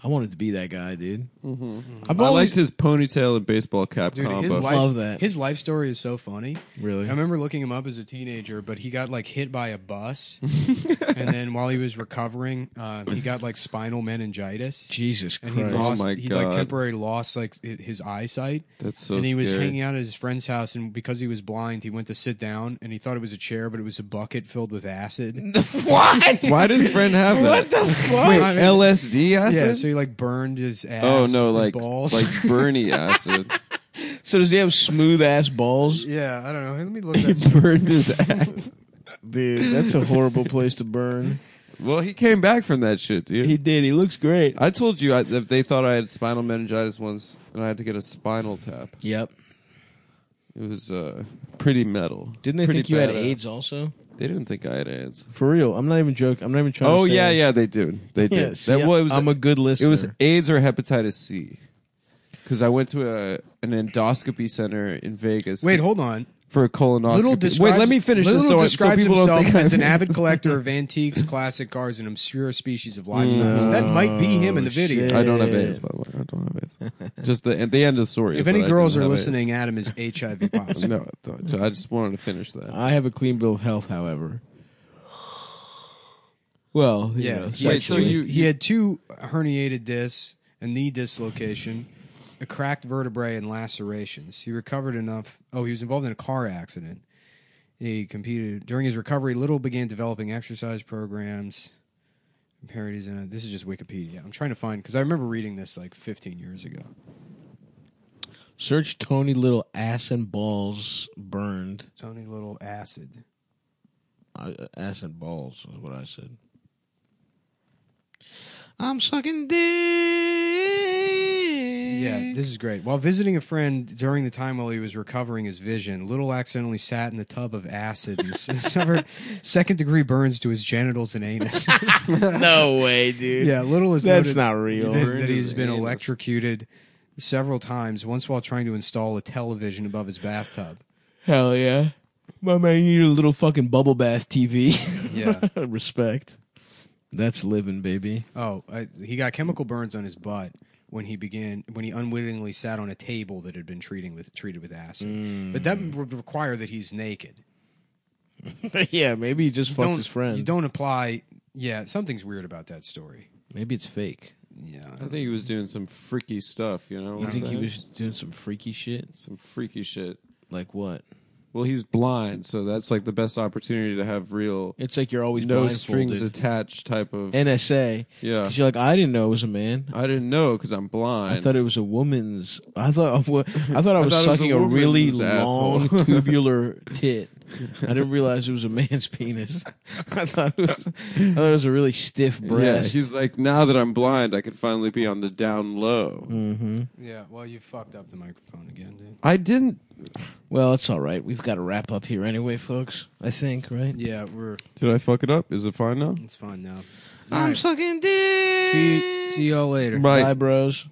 I wanted to be that guy, dude. I've
I
always
liked his ponytail and baseball cap
Dude,
combo.
his life,
Love that.
his life story is so funny.
Really?
I remember looking him up as a teenager, but he got like hit by a
*laughs*
bus, and then while he was recovering, um, he got like spinal meningitis,
Jesus
and
Christ.
he lost.
Oh my
he like
God.
temporarily lost like hi- his eyesight.
That's so
And he was
scary.
hanging out at his friend's house, and because he was blind, he went to sit down, and he thought it was a chair, but it was a bucket filled with *laughs* acid.
*laughs* What?
Why did his friend have that? What the fuck? Wait,
I mean-
LSD acid?
yeah, so he like burned his ass.
oh no,
and
like
balls. *laughs*
like Bernie acid.
So does he have smooth ass balls?
yeah, I don't know. Let me look.
*laughs*
That
Burned his ass.
Dude, that's a horrible place to burn.
Well, he came back from that shit, dude.
He did. He looks great.
I told you I, that they thought I had spinal meningitis once, and I had to get a spinal tap.
Yep.
It was uh, pretty metal.
Didn't they
Pretty
think you had
badass.
AIDS also?
They didn't think I had AIDS.
For real. I'm not even joking. I'm not even trying
Oh
to say
yeah, yeah, they did. They
*laughs*
did.
Yeah, see,
that was.
I'm a good
It
listener.
was AIDS or hepatitis C. Because I went to a an endoscopy center in Vegas.
Wait, hold on.
for a colonoscopy.
Little describes,
Wait, let me finish
Little
this so, I- so
describes
people
himself
don't think
as
I'm-
an avid collector
*laughs*
of antiques, classic cars, and obscure species of livestock. that might be him
Oh,
in the video.
*laughs* I don't have AIDS, by the way. I don't have
*laughs*
AIDS. Just the, at the end of the story.
If
is
any
what I
girls are
do have
listening, Adam is
*laughs*
HIV
AIDS.
positive.
no, I thought- I just wanted to finish that.
I have a clean bill of health, however. Well, you
Yeah.
know,
he, had,
so
sexually.
you-
he had two herniated discs, a knee dislocation, a cracked vertebrae, and lacerations. He recovered enough. Oh, he was involved in a car accident. He competed during his recovery. Little began developing exercise programs, parodies, and this is just Wikipedia. I'm trying to find because I remember reading this like 15 years ago.
search Tony Little ass and balls burned.
Tony Little acid.
Uh, ass and balls is what I said. I'm sucking
Yeah,
dick. *laughs*
this is great. While visiting a friend during the time while he was recovering his vision, Little accidentally sat in the tub of acid and *laughs* suffered second degree burns to his genitals and
*laughs*
anus. *laughs*
no way, dude.
yeah, Little is
That's
noted
not real.
That, that he's been electrocuted several times, once while trying to install a television above his bathtub.
Hell yeah. My man, you need a little fucking bubble bath TV.
Yeah.
*laughs* Respect. That's living, baby.
Oh, I, he got chemical burns on his butt when he began when he unwittingly sat on a table that had been treating with treated with acid. But that
Mm.
would require that he's naked.
*laughs* yeah, maybe he just fucked
don't-
his friend.
You don't apply. Yeah, something's weird about that story.
Maybe it's fake.
Yeah.
I think he was doing some freaky stuff, you know? what
You
I'm
think he
saying?
was doing some freaky shit?
Some freaky shit.
Like what?
Well, he's blind, so that's like the best opportunity to have real
It's like you're always
no
blindfolded.
strings attached type of.
NSA.
Yeah.
'Cause you're like, I didn't know it was a man.
I didn't know because I'm blind.
I thought it was a woman's. I thought I wa- I
*laughs*
thought I was
thought it was
sucking
a
a, really
woman's asshole. *laughs*
long tubular tit. I didn't realize it was a man's
*laughs*
penis. I thought it was. I thought it was a really stiff
Yeah,
breast.
she's like, now that I'm blind, I can finally be on the down low.
Mm.
Yeah. Well, you fucked up the microphone again, dude.
I didn't.
well, it's all right. We've got to wrap up here anyway, folks. I think, right?
Yeah, we're
Did I fuck it up? Is it fine now?
it's fine now.
I'm sucking dick.
See, see y'all later.
Bye.
Bye, bros.